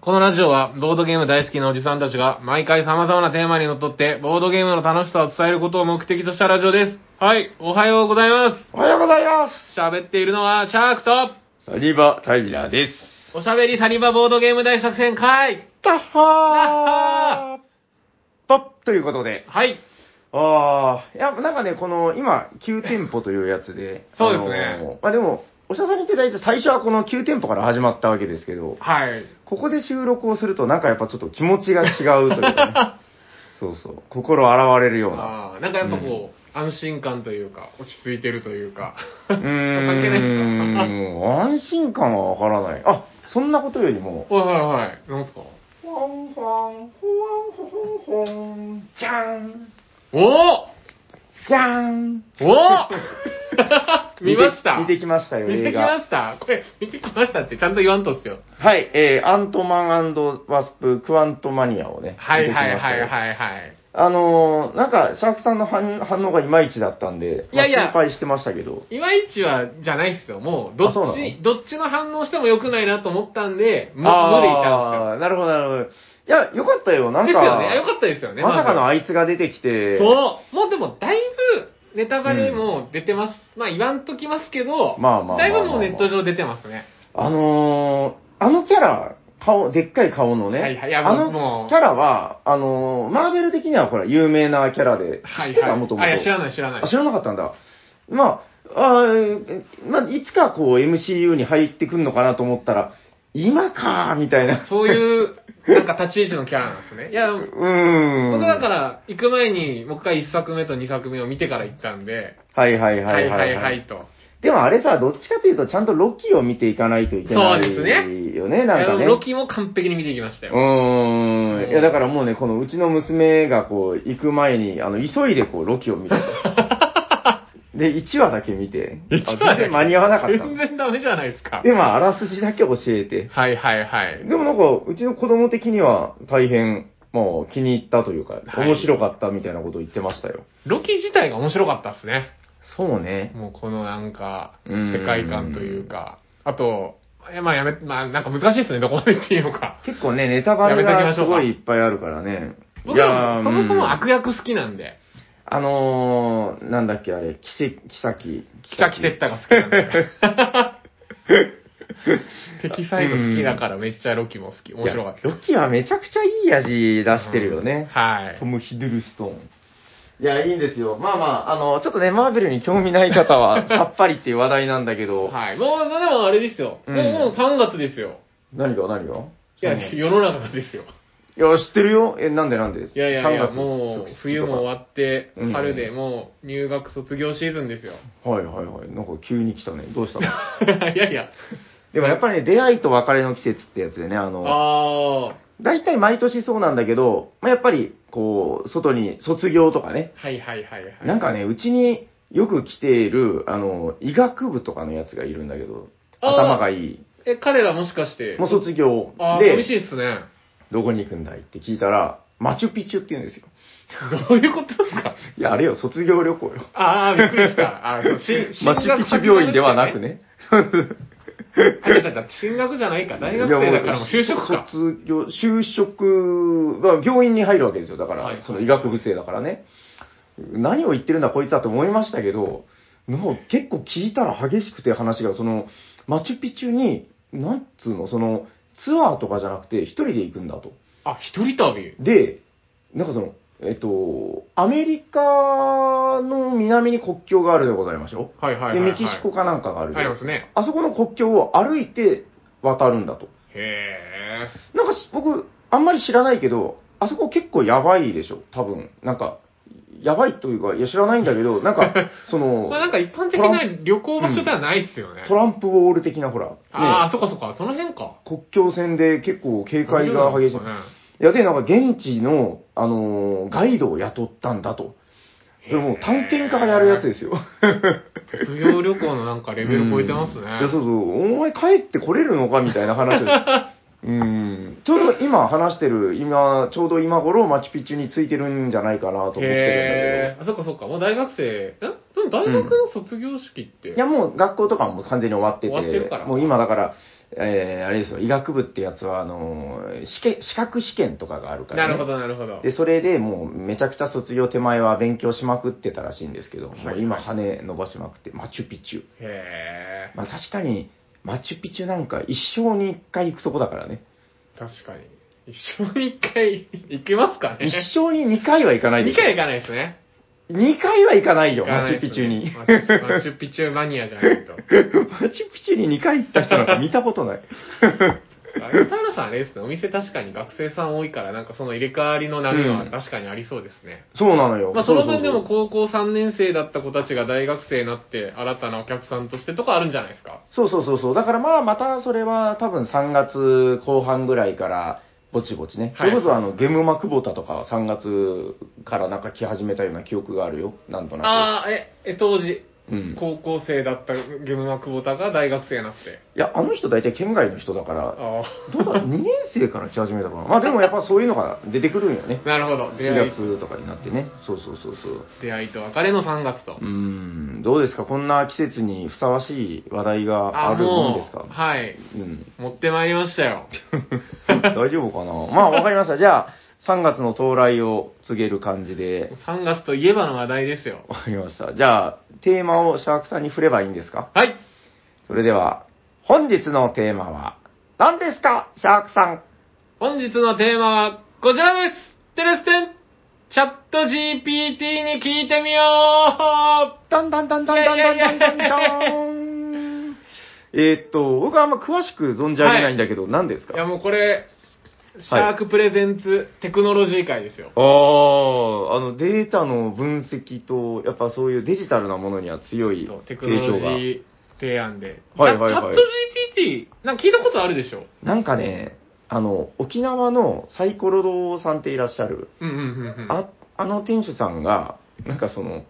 このラジオは、ボードゲーム大好きなおじさんたちが、毎回様々なテーマにのっとって、ボードゲームの楽しさを伝えることを目的としたラジオです。はい、おはようございます。おはようございま喋っているのは、シャークと、すサニバ・タイラーです。おしゃべりサニバボードゲーム大作戦会たっははーポッということで。はい。あー、いや、なんかね、この、今、9店舗というやつで 。そうですねあのーまあでも、おしゃさんいただいた最初はこの9店舗から始まったわけですけど、はい。ここで収録をするとなんかやっぱちょっと気持ちが違うとい うか、ね、そうそう、心洗われるような。ああ、なんかやっぱこう、安心感というか、落ち着いてるというか。うー 関係ないですかん、安心感はわからない。あ、そんなことよりも、はいはいはい。なんすかフォンフォン、フォンフォンフォンフォン、じゃん、おおじゃん。おお 見ました見て見てきましたよ、見て映きま画。したこれ、見てきましたってちゃんと言わんとっすよ。はい、えー、アントマンワスプ、クワントマニアをね、はい見てきまはしいたはいよはいはい。あのー、なんか、シャークさんの反反応がいまいちだったんで、いやいやまあ心配してましたけど。いまいちは、じゃないっすよ。もう、どっあそうなち、のどっちの反応しても良くないなと思ったんで、無無理いたんですよ。あーなるほど、なるほど。いや、よかったよ、なんですか、よね。良かったですよね。まさかずのあいつが出てきて、そう。もうでも、だいぶ、ネタバレも出てます。まあ、言わんときますけど、まあまあまあまあだいぶもうネット上出てますね。あのー、あのキャラ、顔、でっかい顔のね、はいはいいやあもうのキャラは、あのー、マーベル的にはこれ有名なキャラで、は知っいてはたい。もともと。あ、いや、知らない知らないあ、。知らなかったんだ。まあ、あーまあ、いつかこう MCU に入ってくんのかなと思ったら、今かーみたいな。そういう、なんか立ち位置のキャラなんですね。いや、うーん。僕だから、行く前に、もう一回1作目と2作目を見てから行ったんで、はいはいははいいははいい、はいと。でもあれさ、どっちかというと、ちゃんとロキを見ていかないといけないそうですねよね、なんかいやね。ロキも完璧に見ていきましたよ。うーん。いや、だからもうね、このうちの娘がこう、行く前に、あの、急いでこう、ロキを見て た。で、1話だけ見て。一話だけあ全然間に合わなかった全の。然ダメじゃないです か。で、まあ、あらすじだけ教えて。はいはいはい。でもなんか、うちの子供的には大変、もう気に入ったというか、はい面白かったみたいなことを言ってましたよ。ロキ自体が面白かったっすね。そうね。もうこのなんか、うん世界観というか。あと、えまあやめ、まあなんか難しいっすね、どこまで言っていいのか。結構ね、ネタバやレめときまがしすょうかごいいっぱいあるからね。僕はーそもそもうん悪役好きなんで、あのー、なんだっけあれ、奇跡、奇跡。キカキテッタが好きなん で。敵サイド好きだからめっちゃロキも好き。面白かったいやロキはめちゃくちゃいい味出してるよね。はトい。ム・ヒドルストーン。いや、いいんですよ。まあまあ、あの、ちょっとね、マーベルに興味ない方 は、さっぱりっていう話題なんだけど、はい。もう、まあでもあれですよ。うんもうもう3月ですよ。何がい何がや、うんい世の中がですよ。や、知ってるよ。え、なんでなんでいやいやいや、 3月もう即、冬も終わってう、ん春でもう入学卒業シーズンですよ。はいはいはい。なんか急に来たね。どうし たのいやいや。でもやっぱりね、出会いと別れの季節ってやつでね、あの、ああ大体毎年そうなんだけど、まあ、やっぱり、こう、外に、卒業とかね、ー、はいはいはいはい。なんかね、うちによく来ている、あの、医学部とかのやつがいるんだけど、あー頭がいい。え、彼らもしかして、もう卒業ああ、寂しで、いっすね。どこに行くんだいって聞いたら、マチュピチュって言うんですよ。どういうことですか いや、あれよ、卒業旅行よ。 ああ、びっくりした。あの、し マチュピチュ病院ではな く。ね。進学あ、違う違う進学じゃないか。大学生だからもう就職いやもかう。卒業、就職は病院に入るわけですよ。だから、はいその医学部生だからね。何を言ってるんだこいつだと思いましたけど、もう結構聞いたら激しくて話が、その、マチュピチュに、なんつうの、その、ツアーとかじゃなくて一人で行くんだと。あ、一人旅。で、なんかその、えっと、アメリカの南に国境があるでございましょはいはいはい、う。で、はい。メキシコかなんかがあるでありますね。あそこの国境を歩いて渡るんだと。へえ。なんかし僕、あんまり知らないけど、あそこ結構やばいでしょ、多分。なんか、やばいというか、いや知らないんだけど、な んか、そのこれ、なんか一般的な旅行場所ではないっすよね。トランプウォール的なほら、ああ、ね、そっかそっか、その辺か。国境線で結構警戒が激しい。ねいや、で、なんか現地の、あのーガイドを雇ったんだと。それもう探検家がやるやつですよ。卒業旅行のなんかレベル超えてますね。うんいや、そうそう。お前帰ってこれるのかみたいな 話をうん。ちょうど今話してる、今、ちょうど今頃マチュピチュについてるんじゃないかなと思ってるんだけど。へえ。あ、そっかそっか、もう大学生、んどうも大学の卒業式って、いや、もう学校とかはもう完全に終わってて、終わってるからもう今だから、えー、あれですよ、医学部ってやつは、あのー試験、資格試験とかがあるから、なね。るほど、なるほど。で、それでもうめちゃくちゃ卒業手前は勉強しまくってたらしいんですけど、はいもう今羽伸ばしまくって、マチュピチュ。へえ、まあ確かに、マチュピチュなんか一生に一回行くとこだからね。確かに。一生に一回行けますかね一生に二回は行かないで二しょ回行かないですね。二回は行かないよ、行かマなチいでュピすチュにね。マチュマチュピチュマニアじゃないと。マチュピチュに2回行った人なんか見たことない。あれ、田原さんあれですね、お店確かに学生さん多いから、なんかその入れ替わりの波はうん確かにありそうですね。 そうなのよ。まあその分でそうもそ高う校3年生だった子たちが大学生になって新たなお客さんとしてとかあるんじゃないですかそうそうそうそう。だからまあ、またそれは多分3月後半ぐらいから、ぼちぼちね。はいそれこそあの、ゲムマクボタとかは3月からなんか来始めたような記憶があるよ。なんとなああ、え、え、当時、く。うん。高校生だったゲムマ久保田が大学生になって。いや、あの人大体県外の人だか ら、あどうだろう、2年生から来始めたかな。まあでもやっぱそういうのが出てくるんよねあ、。なるほど。出会4い、月とかになってね。そうそうそうそう。出会いと別れの3月とう。ーん、どうですかこんな季節にふさわしい話題があるもんですかう、はい。うん、持ってまいりましたよ。 大丈夫かな まあ、わかりました。じゃあ、3月の到来を告げる感じで、 3月といえばの話題ですよ。わかりました。じゃあ、テーマをシャークさんに振ればいいんですかはい。それでは、本日のテーマは、何ですかシャークさん。本日のテーマはこちらですテレステンチャット GPT に聞いてみようダンダンダンダンダンダンダンダンダン。えーっと、僕はあんま詳しく存じ上げないんだけど、何ですいやかもうこれ、シャークプレゼンツテクノロジー会ですよ。ああ、あのデータの分析と、やっぱそういうデジタルなものには強いちょっとテク影ノロ響ジが。ー提案で。はいはいはいチャット GPT、なんか聞いたことあるでしょなんかね、あの、沖縄のサイコロ堂さんっていらっしゃる、うんうんうんうん。ああの店主さんが、なんかその、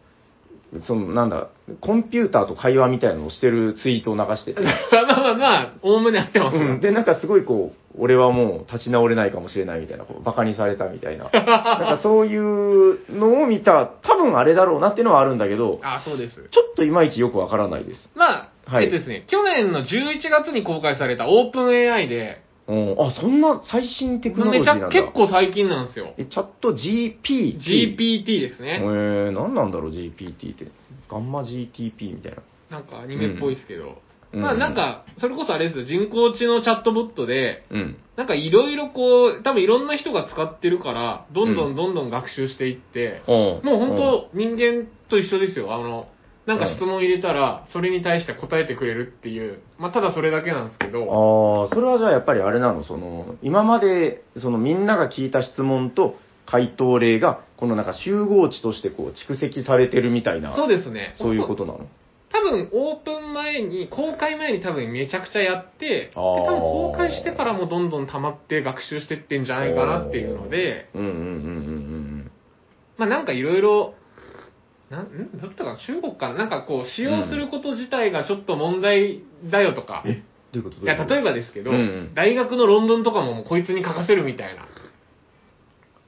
そのなんだ、コンピューターと会話みたいなのをしてるツイートを流してて、ま あまあまあ、おおむね合ってますよ。うん、で、なんかすごいこう、俺はもう立ち直れないかもしれないみたいな、こうバカにされたみた いな、なんかそういうのを見た、多分あれだろうなっていうのはあるんだけど、あ、そうです。ちょっといまいちよくわからないです。まあ、はえいっとですね、去年の11月に公開されたオープン AI で、うん、あ、そんな最新テクノロジめーちゃなんだ。結構最近なんですよ。え、チャット GP。 GPT ですね。えー、何なんだろう、GPT って。ガンマ GTP みたいな。なんかアニメっぽいですけど。うんまあなんか、それこそあれですよ、人工知能チャットボットで、うん。なんかいろいろこう、多分いろんな人が使ってるから、どんどうんんどんどん学習していって、ももう本当人間と一緒ですよ。あの、なんか質問入れたら、それに対して答えてくれるっていう、まあただそれだけなんですけど、当ああ、それはじゃあやっぱりあれなの、その、今まで、そのみんなが聞いた質問と回答例が、このなんか集合値としてこう蓄積されてるみたいな、そうですね。そういうことなの。多分オープン前に、公開前に多分めちゃくちゃやって、であー多分公開してからもどんどん溜まって学習してってんじゃないかなっていうので、うんうんうんうんまあなんかいろいろ、なんんだったかな中国かななんかこう、使用すること自体がちょっと問題だよとか、うん。え、どういうこといや、例えば、ばですけど、うんうん大学の論文とかももうこいつに書かせるみたいな、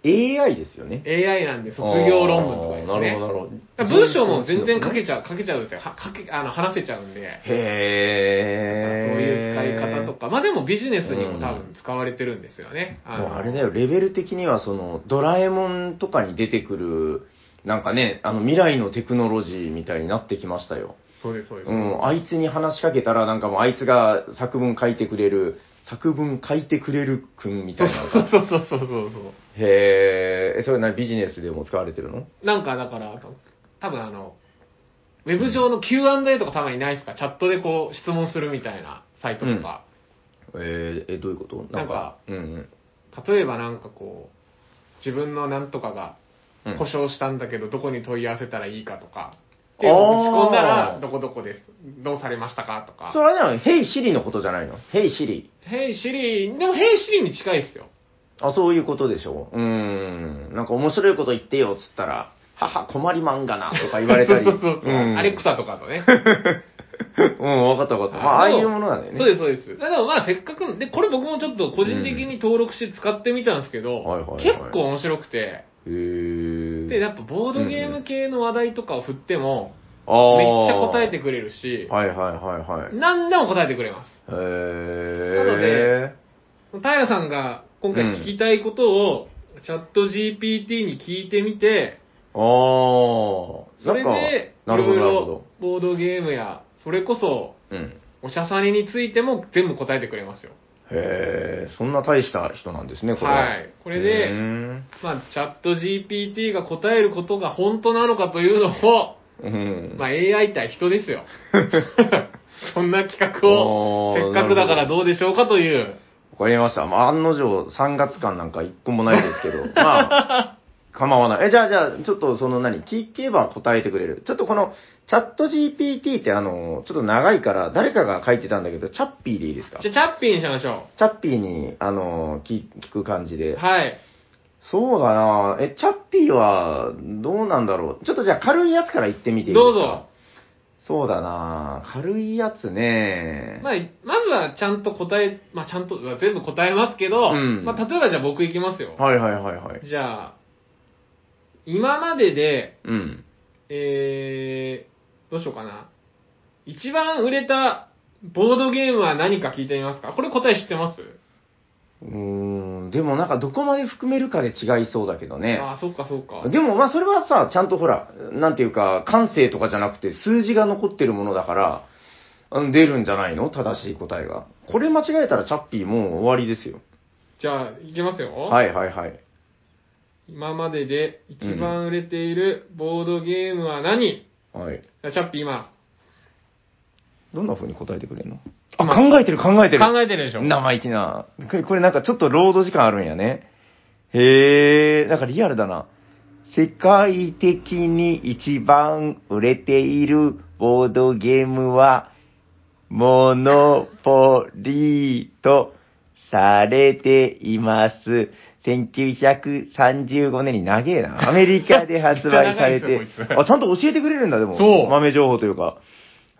AI ですよね。 AI なんで卒業論文とかですあーなるほど、ね。なるほど。文章も全然書けちゃう、書けちゃうって、は書け、あの、話せちゃうんで、そういうへ使いー方とか、まあでもビジネスにも多分使われてるんですよね。もうのあれだよ、レベル的には、その、ドラえもんとかに出てくる、なんかね、あの、未来のテクノロジーみたいになってきましたよ。そうです、そうです。うん、あいつに話しかけたら、なんかもう、あいつが作文書いてくれる、作文書いてくれるくんみたそいう な。そうそうそうそうそう。へーえ、それなビジネスでも使われてるのなんかだから、多分あの、ウェブ上の Q&A とかたまにないですかチャットでこう質問するみたいなサイトとか。えーえ、どういうことなんか、うん例えばなんかこう、自分のなんとかがうん、うん。故障したんだけど、どこに問い合わせたらいいかとか、あーっていうのを打ち込んだら、どこどこです。どうされましたかとそか。れはね、ヘイシリのことじゃないのヘイシリ。ヘイシリでもヘイシリに近いですよ。あ、そういうことでしょう。うーん。なんか面白いこと言ってよ、つったら、はは、困りまんがな、とか言われたり。そうそうそう。ん、アレクサとかとね。うん、わかったわかった。まあ、ああいうものなんだよね。そうです、そうです。だからまあ、せっかく、で、これ僕もちょっと個人的に登録して使ってみたんですけど、うんはいはいはい結構面白くて、へーで、やっぱボードゲーム系の話題とかを振っても、あーめっちゃ答えてくれるし、はいはいはいはい。何でも答えてくれます。へなえ。平さんが今回聞きたいことを、チャット GPT に聞いてみて、ああ。そなんれかで、いなろいるほどなるほどろ。ボードゲームや、それこそ、うん。おしゃさりについても全部答えてくれますよ。へえ、そんな大した人なんですね、これはいこれでうーんまあ、チャット GPT が答えることが本当なのかというのを、うん。まあ、AI 対人です よ。そんな企画を、あーせっかくだからどうでしょうかという。わかりました。まあ、案の定、3月間なんか一個もないですけど、ま あ、構わない。え、じゃあ、じゃあ、ちょっとその何、聞けば答えてくれる。ちょっとこの、チャット GPT ってあの、ちょっと長いから、誰かが書いてたんだけど、チャッピーでいいですかじチゃあ、チャッピーにしましょャッピーに、あの、聞聞く感じう。で。はい。そうだなえ、チャッピーは、どうなんだろう。ちょっとじゃあ、軽いやつから言ってみていいですかどうぞ。。そうだな軽いやつねまあ、まずはちゃんと答え、まあ、ちゃんと、全部答えますけど、うんまあ、例えばじゃあ僕いきますよ。はいはいはいはい。じゃあ、今までで、うん。えー、どうしようかな。一番売れたボードゲームは何か聞いてみますかこれ答え知ってます、うーんでもなんかどこまで含めるかで違いそうだけどね。ああ、そっかそっか。でもまあそれはさ、ちゃんとほら、なんていうか、感性とかじゃなくて数字が残ってるものだから、あの出るんじゃないの正しい答えが。これ間違えたらチャッピーもう終わりですよ。じゃあ、いきますよ。はいはいはい。今までで一番売れているボードゲームは何、はい。チャッピー今、どんな風に答えてくれるのあ、まあ考えてる考えてる。考えてるでしょ生意気な。これこれなんかちょっとロード時間あるんやね。へえ、なんかリアルだな。世界的に一番売れているボードゲームは、モノポリーとされています。1935年に長えな。アメリカで発売さ めれてっちゃ長いですよこい。つあ、ちゃんと教えてくれるんだ、でも。そう豆情報というか。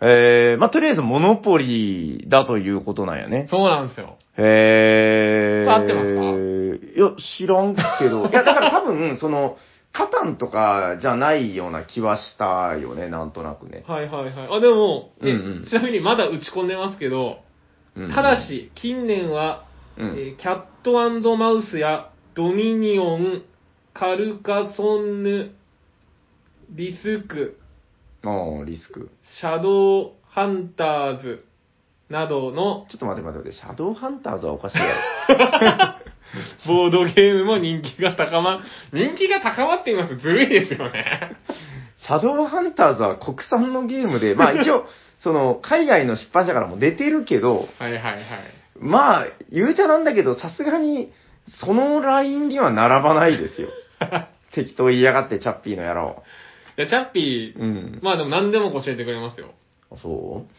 えー、まあ、とりあえずモノポリだということなんやね。そうなんですよ。へー。合ってますかいや、知らん けど。いや、だから多分、その、カタンとかじゃないような気はしたよね、なんとなくね。はいはいはい。あ、でも、えうんうんちなみにまだ打ち込んでますけど、うんただ、し、近年は、うんえーキャットマウスやドミニオン、カルカソンヌ、リスク、ああ、リスク。シャドウハンターズなど のちょっと待って待って待って、シャドウハンターズはおかしいやろ。ボードゲームも人気が高ま、人気が高まっています。ずるいですよね。シャドウハンターズは国産のゲームで、 まあ一応、その、海外の出版社からも出てるけど、はいはいはい。まあ、言うちゃなんだけど、さすがに、そのラインには並ばないですよ。 適当言いやがって、チャッピーの野郎。じゃあチャッピー、うん。まあでも何でも教えてくれますよ。あそう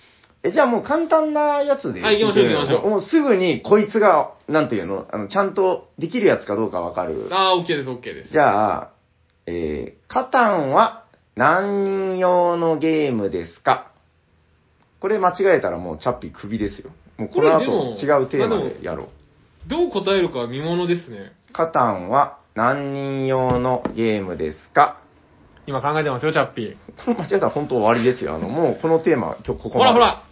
え、じゃあもう簡単なやつで。はい行きましょう行きましょうもうすぐに、こいつが、なんていうのあの、ちゃんとできるやつかどうかわかる。ああ、OK です OK です。じゃあ、えー、カタンは何人用のゲームですかこれ間違えたらもうチャッピー首ですよ。もうこの後これ違でもうテーマでやろう。どう答えるかは見ものですね。カタンは何人用のゲームですか今考えてますよ、チャッピー。これ間違えたら本当終わりですよ。あの、もうこのテーマ、今日ここほまらで。ほら。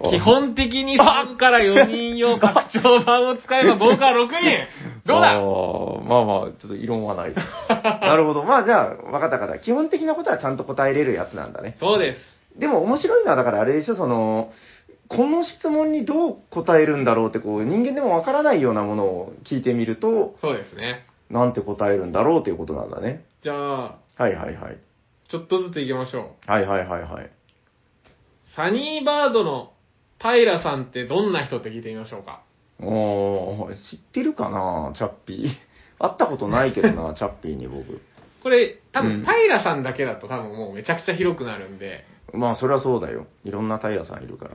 お基本的に3から4人用拡張版を使えば僕は6人 どうあだーまあまあ、ちょっと異論 はない。なるほど。まあじゃあ、わかったわかった。基本的なことはちゃんと答えれるやつなんだね。そうです。でも面白いのは、だからあれでしょ、その、この質問にどう答えるんだろうって、こう、人間でもわからないようなものを聞いてみると、そうですね。なんて答えるんだろうということなんだね。じゃあ、はいはいはい。ちょっとずつ行きましょはいはいはいはい。う。サニーバードの平さんってどんな人って聞いてみましょうか。おー、知ってるかな、チャッピー。 会ったことないけどな、チャッピーに僕。これ、多うん分、平さんだけだと多分もうめちゃくちゃ広くなるんで、まあ、それはそうだよ。いろんな平さんいるから。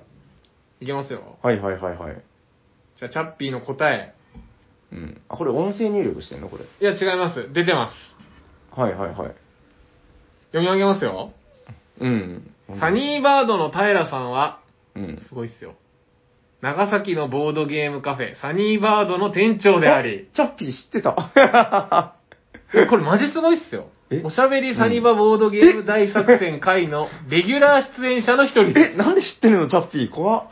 いけますよ。はいはいはいはい。じゃあ、チャッピーの答え。うん。あ、これ音声入力してんのこれ。いや、違います。出てます。はいはいはい。読み上げますよ。うん。サニーバードの平さんは、うん。すごいっすよ。長崎のボードゲームカフェ、サニーバードの店長であり、チャッピー知ってた。 これマジすごいっすよ。えおしゃべりサニバボードゲーム大作戦会のレギュラー出演者の一人です。え、なんで知ってるのチャッピー、 怖っ。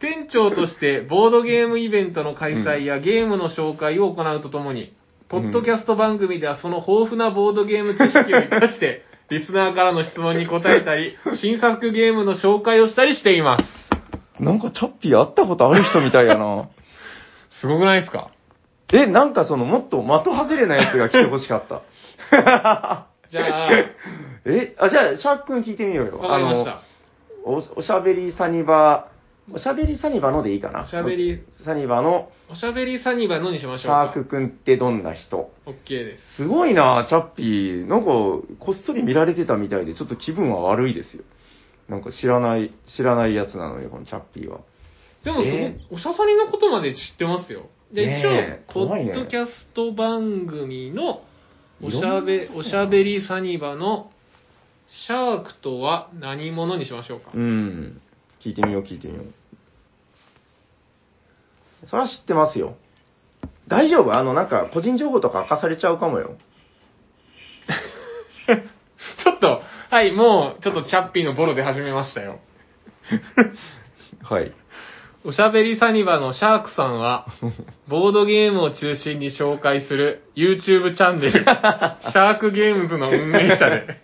店長としてボードゲームイベントの開催やゲームの紹介を行うとともに、ポッドキャスト番組ではその豊富なボードゲーム知識を生かして、リスナーからの質問に答えたり、新作ゲームの紹介をしたりしています。なんかチャッピー会ったことある人みたいやな。すごくないですか え、なんかその、もっと的外れなやつが来てほしか った。じ ゃあ、え、あ、じゃあ、シャーク君聞いてみようよ。わかりました。あのお、おしゃべりサニバ、おしゃべりサニバのでいいかな。おしゃべりサニバのおしゃべりサニバのにしましシょうかャー。ク君ってどんな人 OK です。すごいなチャッピー。なんか、こっそり見られてたみたいで、ちょっと気分は悪いですよ。なんか知らない、知らないやつなのよ、このチャッピーは。でもその、えおしゃさりのことまで知ってますよ。で、一応、ねえポ怖いねッドキャスト番組の、おしゃいべろん、なおしゃべりサニバの、シャークとは何者にしましょうか。 うん。聞いてみよう、聞いてみよう。それは知ってますよ。大丈夫あの、なんか、個人情報とか明かされちゃうかもよ。ちょっと、はい、もう、ちょっとチャッピーのボロで始めましたよ。はい。おしゃべりサニバのシャークさん は、ボードゲームを中心に紹介する YouTube チャンネル、シャークゲームズの運営者で、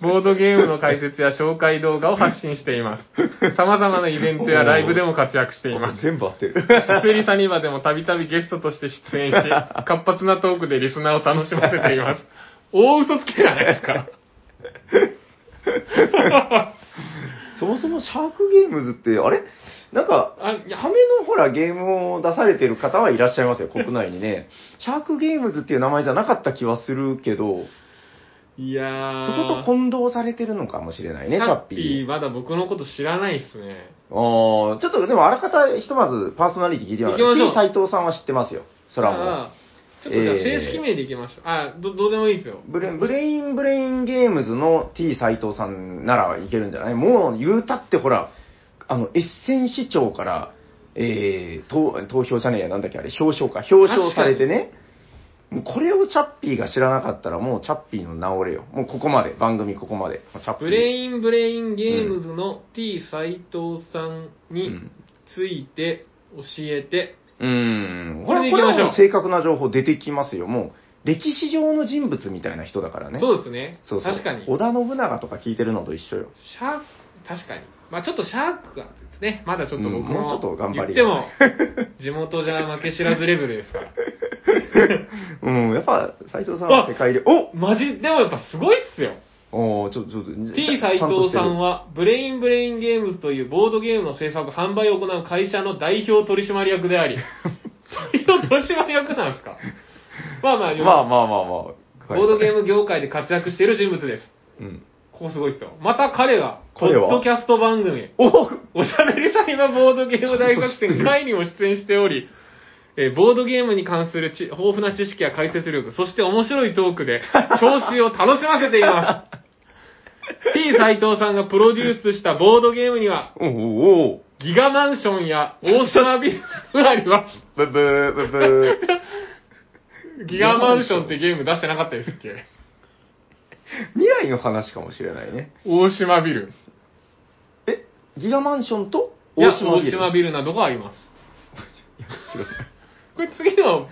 ボードゲームの解説や紹介動画を発信しています。様々なイベントやライブでも活躍しています。 全部合ってる。おしゃべりサニバでもたびたびゲストとして出演し、活発なトークでリスナーを楽しませています。大嘘つきじゃないです か。そもそもシャークゲームズって、あれなんか、あいやためのほらゲームを出されてる方はいらっしゃいますよ、国内にね。シャークゲームズっていう名前じゃなかった気はするけど、いやー。そこと混同されてるのかもしれないね、チシャャッッピピーー。まだ僕のこと知らないっすね。あーちょっとでもあらかたひとまずパーソナリティ聞いてみましょ行う。きましょう斉藤さんは知ってますよ、そらもああちょっとじゃあえー正式名でいきましょう。あ、ど、どうでもいいですよ。う。ブレブレインブレインゲームズの T 斉藤さんならいけるんじゃないもう言うたってほら、あの、エッセン市長から、えー、投投票じゃねえや、なんだっけあれ、表彰か、表彰されてね。もうこれをチャッピーが知らなかったら、もうチャッピーの名折れよ。もうここまで、番組ここまで。チャッピー。ブレインブレインゲームズの T 斎藤さんうにんついて教えて、うーん。ここれでれ、こ行きれましょうはもう正確な情報出てきますよ。もう、歴史上の人物みたいな人だからね。そうですね。そうそう確かに。シ織田信長とか聞いてるのと一 緒よ。ャーク、確かに。まあちょっとシャークがね、まだちょっと僕うんもうちょっとも頑張言っりても、地元じゃ負け知らずレベルですから。うん、やっぱ、斎藤さんは世界で、おマジ、でもやっぱすごいっすよ。おーちょ、ちょ、ちょ、 T 斎藤さんは、ブレインブレインゲームズというボードゲームの制作、販売を行う会社の代表取締役であり、代表取締役なんですかまあまあ、まあまあまあまあ。ボードゲム。ーム業界で活躍している人物です。うん。ここすごいですよ。また彼は、ポッ彼はドキャスト番組、おおしゃべりサイバーボードゲーム大作戦会にも出演しており、えーボードゲームに関するち豊富な知識や解説力、そして面白いトーク で、聴衆を楽しませています。T 斎藤さんがプロデュースしたボードゲームには、おおおギガマンションや大島ビルがあります。ブブー、ブブ ー。ギガマンションってゲーム出してなかったですっけ未来の話かもしれないね。大島ビル。え、ギガマンションといや大、島大ビル。島ビルなどがあります。いや知らないこれ次の、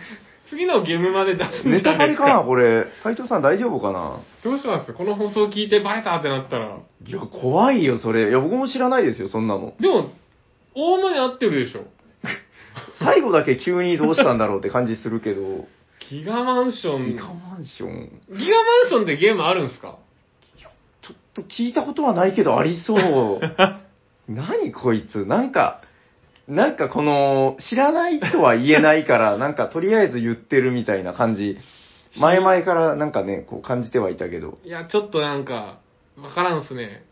次のゲームまで出すんネじゃなタバいでレすかか。 なこれ。斎藤さん大丈夫かなどうしますこの放送聞いてバレたってなったら。いや、怖いよ、それ。いや、僕も知らないですよ、そんなの。でも、大間に合ってるでしょ。最後だけ急にどうしたんだろうって感じする けど。ギガマンション。ギギガガマンマンション。ションってゲームあるんですかちょっと聞いたことはないけどあり そう。何こいつ。なんか、なんかこの、知らないとは言えないから、 なんかとりあえず言ってるみたいな感じ。前々からなんかね、こう感じてはいたけど。いや、ちょっとなんか、わからんっすね。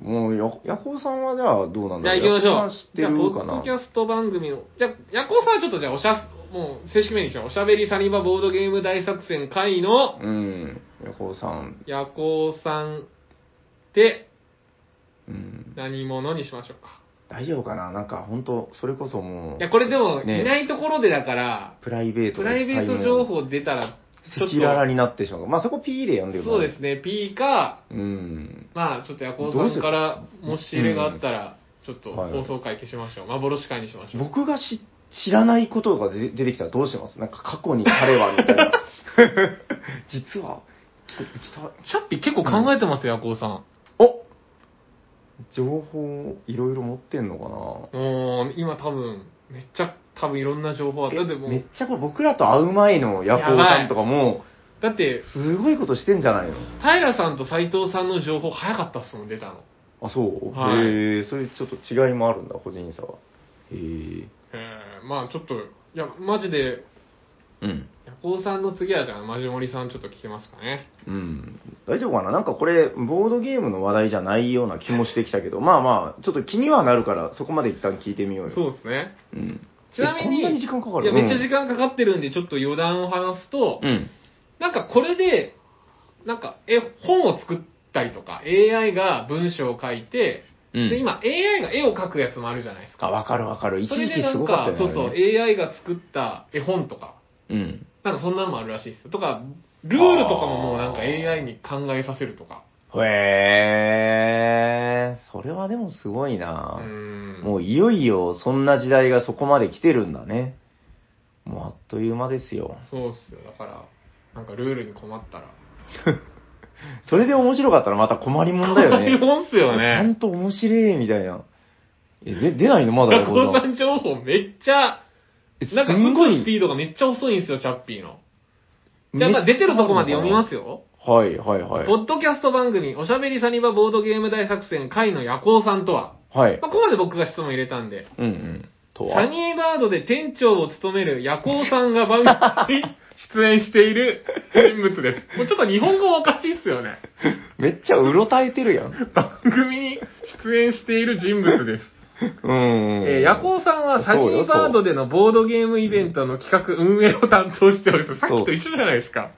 もうや、ヤコウさんはじゃあどうなんじゃだあろ行う。きましヤょコウうじゃあ、ポさん。知ってるかッドキなャスト番組の。じゃあ、ヤコウさんはちょっとじゃあ、おしゃ、もう正式名にしましょう。おしゃべりサニバボードゲーム大作戦会の、うん。ヤコウさん。ヤコウさんでうん。何者にしましょうか。大丈夫かななんか本当それこそもう。いや、これでも、ねいないところでだから、プライベートプでライベート情報出たらちょっと赤裸々になってしまう。まあそこ P で呼んでくださそいうですね、P か、うん。まあ、ちょっとヤコウさんから、もし入れがあったら、ちょっとはいはい放送回消しましょう。幻回にしましょう。僕がし知らないことが出出てきたらどうしますなんか過去に彼はみたいな。実は、きた、チャッピ結構考えてますよ、ヤコウさん。お情報をいろいろ持ってんのかもう、今多分、めっちゃ、多分いろんな情報あっなだってもめっう、ちゃこれ僕らと会う前のヤコウさんとかも、だって、すごいことしてんじゃないの平さんと斎藤さんの情報早かったっすもん、出たの。あ、そう、はいへえ、そういうちょっと違いもあるんだ、個人差は。へえ。えー、まあちょっと、いや、マジで、うん。ヤコウさんの次はじゃあ、マジモリさんちょっと聞きますかね。うん、大丈夫かななんかこれ、ボードゲームの話題じゃないような気もしてきたけど、まあまあ、ちょっと気にはなるから、そこまで一旦聞いてみようよ。そうですね。うん。ちなみえそんに、なに時間かかるいや、めっちゃ時間。間かかってるんで、ちょっと余談を話すと、うん。なんかこれで、なんか、え、本を作ったりとか、AI が文章を書いて、うん。で、今 AI が絵を描くやつもあるじゃないですあ、か。わかるわかる。一それ時で期なすんごかか、ったそようそね。う、AI が作った絵本とか、うん。なんかそんなのもあるらしいです。とか、ルールとかももうなんか AI に考えさせるとか。へえ、それはでもすごいうな、ん。もういよいよそんな時代がそこまで来てるんだね。もうあっという間ですよ。そうっすよ。だから、なんかルールに困ったら。それで面白かったらまた困りもんだよね。 もんっすよちゃんね。と面白いみたいな。え、で、出ないのまだ学校こさん情報めっちゃ、えなんかすん動ごくいスピードがめっちゃ遅いんですよ、チャッピーの。めっじゃあまあ出てるとこまで読みますよ。よ。はい、はい、はい。ポッドキャスト番組、おしゃべりサニバボードゲーム大作戦会の夜行さんとは、はい。まあ、ここまで僕が質問入れたんで、うんうん。とサは。ニーバードで店長を務める夜行さんが番組に 出演している人物です。 もうちょっと日本語おかしいっすよね。めっちゃうろたえてるやん。うん番組に出演している人物です。うんうん。えー、夜行さんはサニーバードでのボードゲームイベントの企画運営を担当しております。さっきと一緒じゃないですか。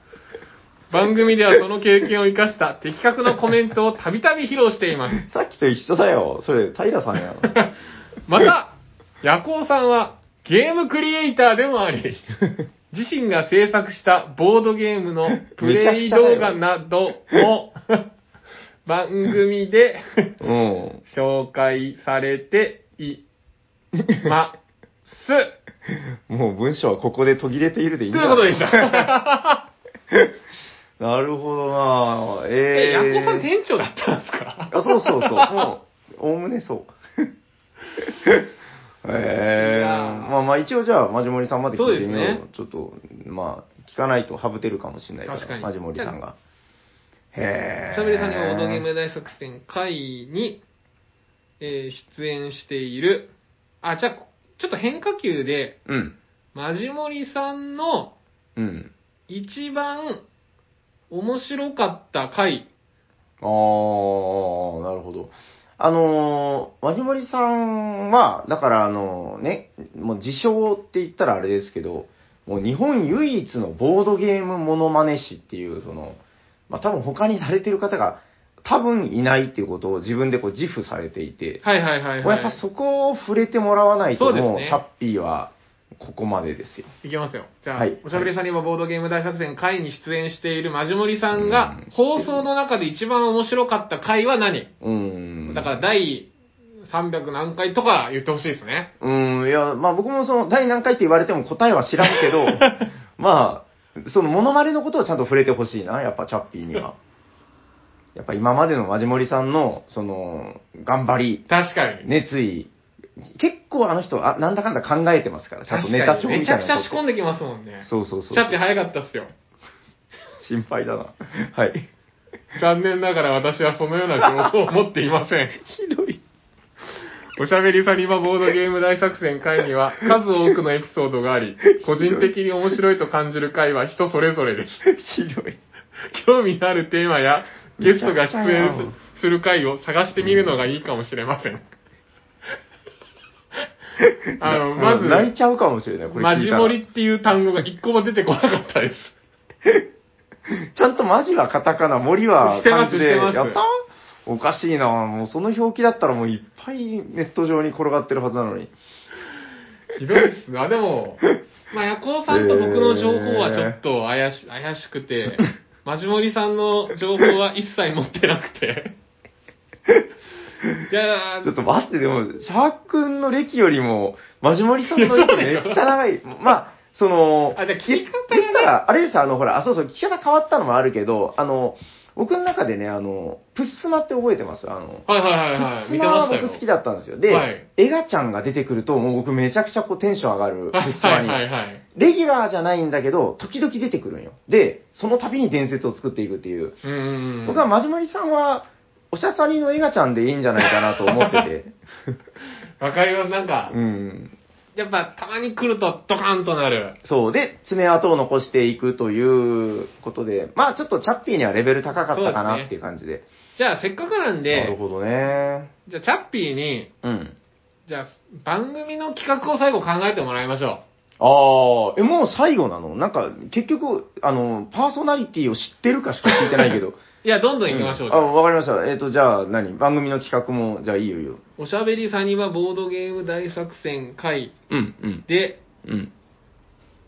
番組ではその経験を生かした的確なコメントをたびたび披露しています。さっきと一緒だよ。それ、平さんやん。また、ヤコウさんはゲームクリエイターでもあり、自身が制作したボードゲームのプレイ動画など も番組で うん。紹介されています。もう文章はここで途切れているでいいんとだいうことでした。なるほどなぁ。え、えヤー。コウさん店長だったんですかあ、そうそうそう。もう、おおむね そう。いええやーまあまあ一応じゃあ、マジモリさんまで聞いてみようよそうでちょっと、まあ、聞かないと省てるかもしれないから、確かにマジモリさんが。へえ。おしゃべりさんにはボードゲーム大作戦会に、えー出演している、あ、じゃあ、ちょっと変化球で、うん。マジモリさんのうん。一番面白かった回。あー、なるほど。あのー、マジモリさんは、だからあのね、もう自称って言ったらあれですけど、もう日本唯一のボードゲームモノマネ師っていう、その、まあ多分他にされてる方が多分いないっていうことを自分でこう自負されていて、はいはいはいもうはい。やっぱそこを触れてもらわないと、そうですもうねチャッピーはここまでですよ。いきますよ。じゃあ、はいおしゃべりさんにはボードゲーム大作戦会に出演しているマジモリさんがうん、放送の中で一番面白かった回は何、うーん。だから第300何回とか言ってほしいですね。うん、いや、まあ僕もその、第何回って言われても答えは知らん けど、まあ、その、モノマネのことをちゃんと触れてほしいな、やっぱチャッピーには。やっぱ今までのマジモリさんの、その、頑張り、確かに。熱意、結構あの人、あなんだかんだ考えてますから、ちゃんと確ネかタに帳みめちたゃいなくこと。ちゃ仕込んできますもんね。そうそうそう。チャッピー早かったっすよ。心配だな。はい。残念ながら私はそのような情報を持っていま せん。ひどい。おしゃべりサニバボードゲーム大作戦会には数多くのエピソードがあり、個人的に面白いと感じる会は人それぞれです。ひどい。興味のあるテーマやゲストが出演すする会を探してみるのがいいかもしれませ ん。あの、まうん泣いず、ちゃうかもしれない、これマ聞いジたらモリっていう単語が一個も出てこなかったです。 ちゃんとマジはカタカナ、森はしてま漢す字で、してやまっすたおかしいなもうその表記だったらもういっぱいネット上に転がってるはずなのに。ひどいっすな。でも、まあ、ヤコウさんと僕の情報はちょっと怪し,、怪しくて、マジモリさんの情報は一切持ってなく て。いやーちょっと待って、でも、シャーク君の歴よりも、マジモリさん の歴めっちゃ長い。まあ、その、あじゃあ聞き方がね言ったら、あれですあの、ほら、あ、そうそう、聞き方変わったのもあるけど、あの、僕の中でね、あの、プッスマって覚えてますあの、はいはいはいはい。プ見てッスマまはしたよ。僕好きだったんですよ。で、はいエガちゃんが出てくると、もう僕めちゃくちゃこうテンション上がる、プはいッスマはいに。はいはい。レギュラーじゃないんだけど、時々出てくるんよ。で、その度に伝説を作っていくっていう。うんうんうん。僕はマジモリさんは、おしゃさりのエガちゃんでいいんじゃないかなと 思ってて。わかります。なんか、うん。やっぱたまに来るとドカンとなる。そう。で、爪痕を残していくということで、まあちょっとチャッピーにはレベル高かったかなっていう感じで。じゃあせっかくなんなるで、ほどね。じゃあチャッピーに、うん。じゃあ番組の企画を最後考えてもらいましょああ、え、もう最後なのなんか、結局、あの、パーソナリティを知ってるかしか聞いてな いけど。う。いや、どんどん行きましょう。んあ、わかりました。えっ、と、じゃあ何、番組の企画も、じゃあいいよいいよ。おしゃべりサニバボードゲーム大作戦会うん、うん、で、うん。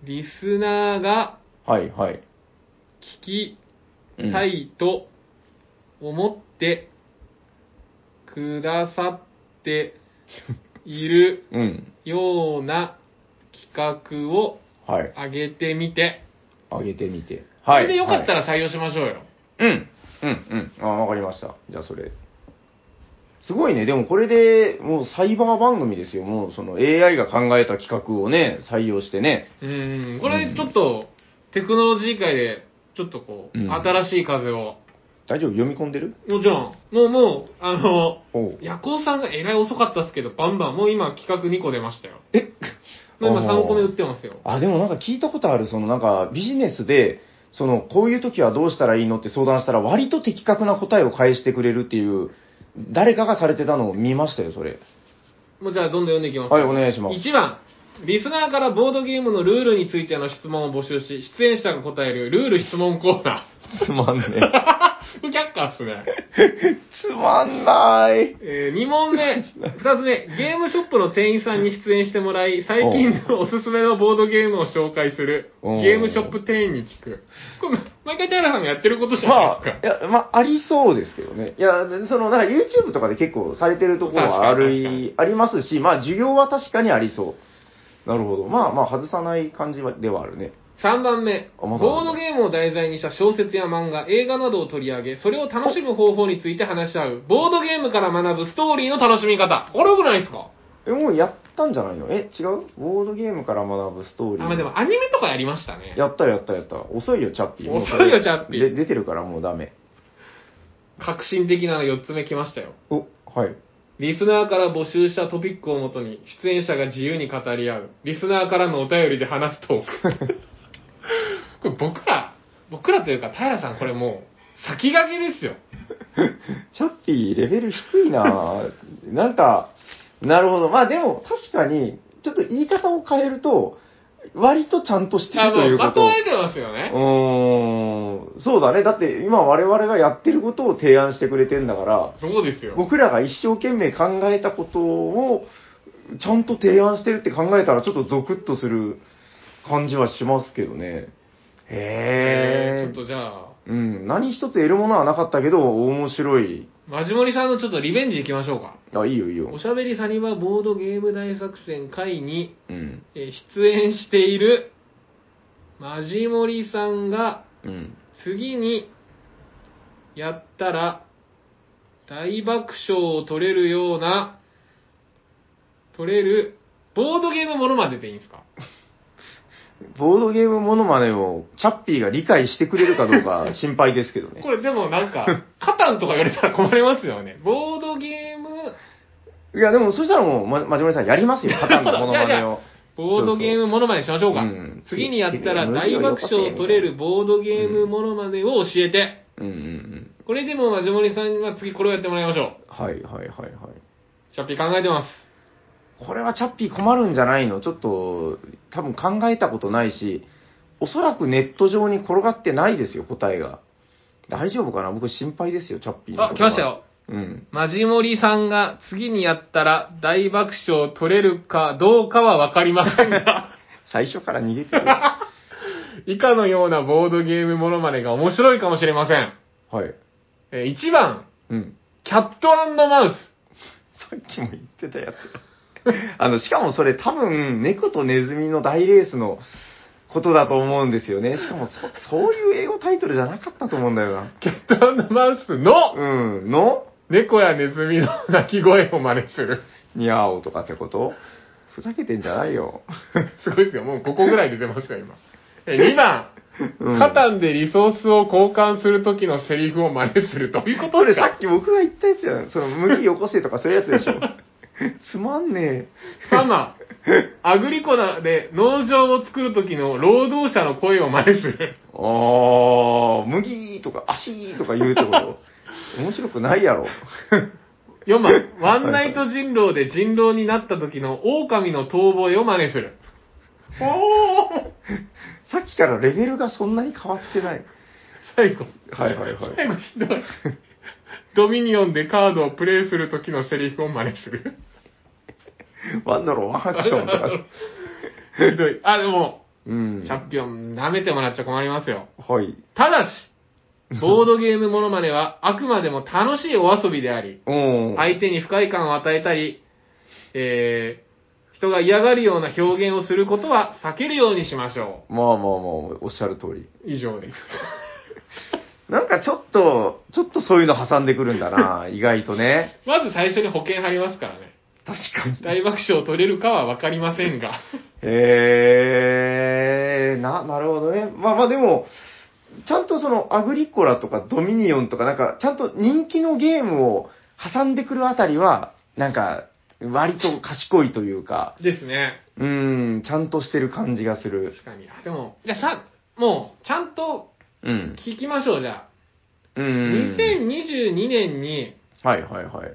リスナーがはい、はい。聞きたいと思ってくださっているうん。ような企画をはい。上げてみて、上げてみて。それでよかったら採用しましょうよ。うん。うん、うん。あ、わかりました。じゃあ、それ。すごいね。でも、これで、もう、サイバー番組ですよ。もう、その、AI が考えた企画をね、採用してね。うん、これちょっと、テクノロジー界で、ちょっとこう、うん新しい風を、大丈夫読み込んでるもちろん、もうもう、あの、おう夜行さんがえらい遅かったっすけど、バンバン、もう今企画2個出ましたよ。えも う今あー3個目売ってますよ。あ、でもなんか聞いたことある、その、なんか、ビジネスで、その、こういう時はどうしたらいいのって相談したら、割と的確な答えを返してくれるっていう、誰かがされてたのを見ましたよ、それ。もうじゃあどんどん読んでいきます。はい、お願いします。 1番、リスナーからボードゲームのルールについての質問を募集し、出演者が答えるルール質問コーナつまんねえ。ー。 不却下っすね。つまんない。え2問 目、2つ目、ゲームショップの店員さんに出演してもらい、最近のおすすめのボードゲームを紹介する、おうゲームショップ店員に聞く。これ、毎回平さんがやってることじゃなまいあ、ですいや、まあ、ありそうですけどね。いや、その、なんか YouTube とかで結構されてるところはあ確かに確かにる、ありますし、まあ、授業は確かにありそう。なるほど。まあまあ、外さない感じはではあるね。か。3番目、あまだボードゲームを題材にした小説や漫画、映画などを取り上げ、それを楽しむ方法について話し合う、ボードゲームから学ぶストーリーの楽しみ方。これよくないですかえ、もうやったんじゃないのえ、違うボードゲームから学ぶストーリー。あ、まあ、でもアニメとかやりましたね。やったやったやった。遅いよ、チャッピー。もうそ遅れいよチャッピーで出てるからもうダメ。革新的な4つ目来ましたよ。お、はい。リスナーから募集したトピックをもとに、出演者が自由に語り合う、リスナーからのお便りで話すトーク。 これ僕ら、僕らというか、平さん、これもう、先駆けですよ。チャッピー、レベル低いなぁなんか、なるほど。まあでも、確かに、ちょっと言い方を変えると、割とちゃんとしてあるといの、うこまと。とめてますよね。うーん。そうだね。だって、今我々がやってることを提案してくれてんだから、そうですよ。僕らが一生懸命考えたことを、ちゃんと提案してるって考えたら、ちょっとゾクッとする感じはしますけどね。えへー、ー。ちょっとじゃあ、うん。何一つ得るものはなかったけど、面白い。マジモリさんのちょっとリベンジ行きましょうか。あ、いいよいいよお。しゃべりサニバボードゲーム大作戦会に、うん。えー出演している、マジモリさんが、うん。次にやったら大爆笑を取れるような、取れるボードゲームものまででいいんですかボードゲームモノマネをチャッピーが理解してくれるかどう か心配ですけどね。これでもなん か、カタンとか言われたら困りますよね。ボードゲーム、いや、でもそしたらもう、ま、まじめさんやり ますよ、パターンのモノマネを。ボードゲームものまでしましょうか。うん次にやったら大爆笑を取れるボードゲームものまでを教えて。うんうんうん。これでもマジモリさんは次これをやってもらいましょはいはいはいはい。う。シャッピー考えてます。これはチャッピー困るんじゃないのちょっと、多分考えたことないし、おそらくネット上に転がってないですよ、答えが。大丈夫かな僕心配ですよ、チャッピーのあ、来ましたよ。ことが。うん。マジモリさん が次にやったら大爆笑を取れるかどうかはわかりませんが、最初から逃 げてる。は以下のようなボードゲームモノマネが面白いかもしれません。い。えー1番、うん。キャットマウス。 さっきも言ってたやつ。 あの、しかもそれ多分、猫とネズミの大レースのことだと思うんですよね。しかもそ、 そういう英語タイトルじゃなかったと思うんだよな。キャットマウスのうん。の猫やネズミの鳴き声を真似する。ニャーオとかってことふざけてんじゃないよ。すごいですよ。もうここぐらい出てますよ、今。えー2番、うんカタンでリソースを交換するときのセリフを真似するという ことそでれすさかっき僕が言ったやつやん。その、麦よこせとかそういうやつで しょ。つまんねサマ、アグリコラで農場を作るときの労働者の声を真似する。え。ああ、麦とか足とか言うって こと。面白くないやろ。 4番、ワンナイト人狼で人狼になった時の狼の遠吠えを真似する。おーさっきからレベルがそんなに変わってない。最後。はいはいはい最後ひどい。ドミニオンでカードをプレイする時のセリフを真似する。 ワンドローワンアクションとか。ひどい。あ、でも、うん。チャンピオン舐めてもらっちゃ困りますよ。はい。た だし、ボードゲームモノマネはあくまでも楽しいお遊びであり、うん。い。相手に不快感を与えたり、えー、人が嫌がるような表現をすることは避けるようにしましょまあまあまあ、おっしゃる通り。う。以上です。なんかちょっと、ちょっとそういうの挟んでくるんだな、 意外とね。 まず最初に保険張りますからね。確かに。大爆笑を取れるかは分かりません が。へえ、な、なるほどね。まあまあでも、ちゃんとそのアグリコラとかドミニオンとかなんか、ちゃんと人気のゲームを挟んでくるあたりは、なんか、割と賢いというか、ですね。うーん、ちゃんとしてる感じがする。確かに。でも、じゃあさ、もう、ちゃんとうん。聞きましょう、じゃあ。うーん。 2022年にはいはいはい。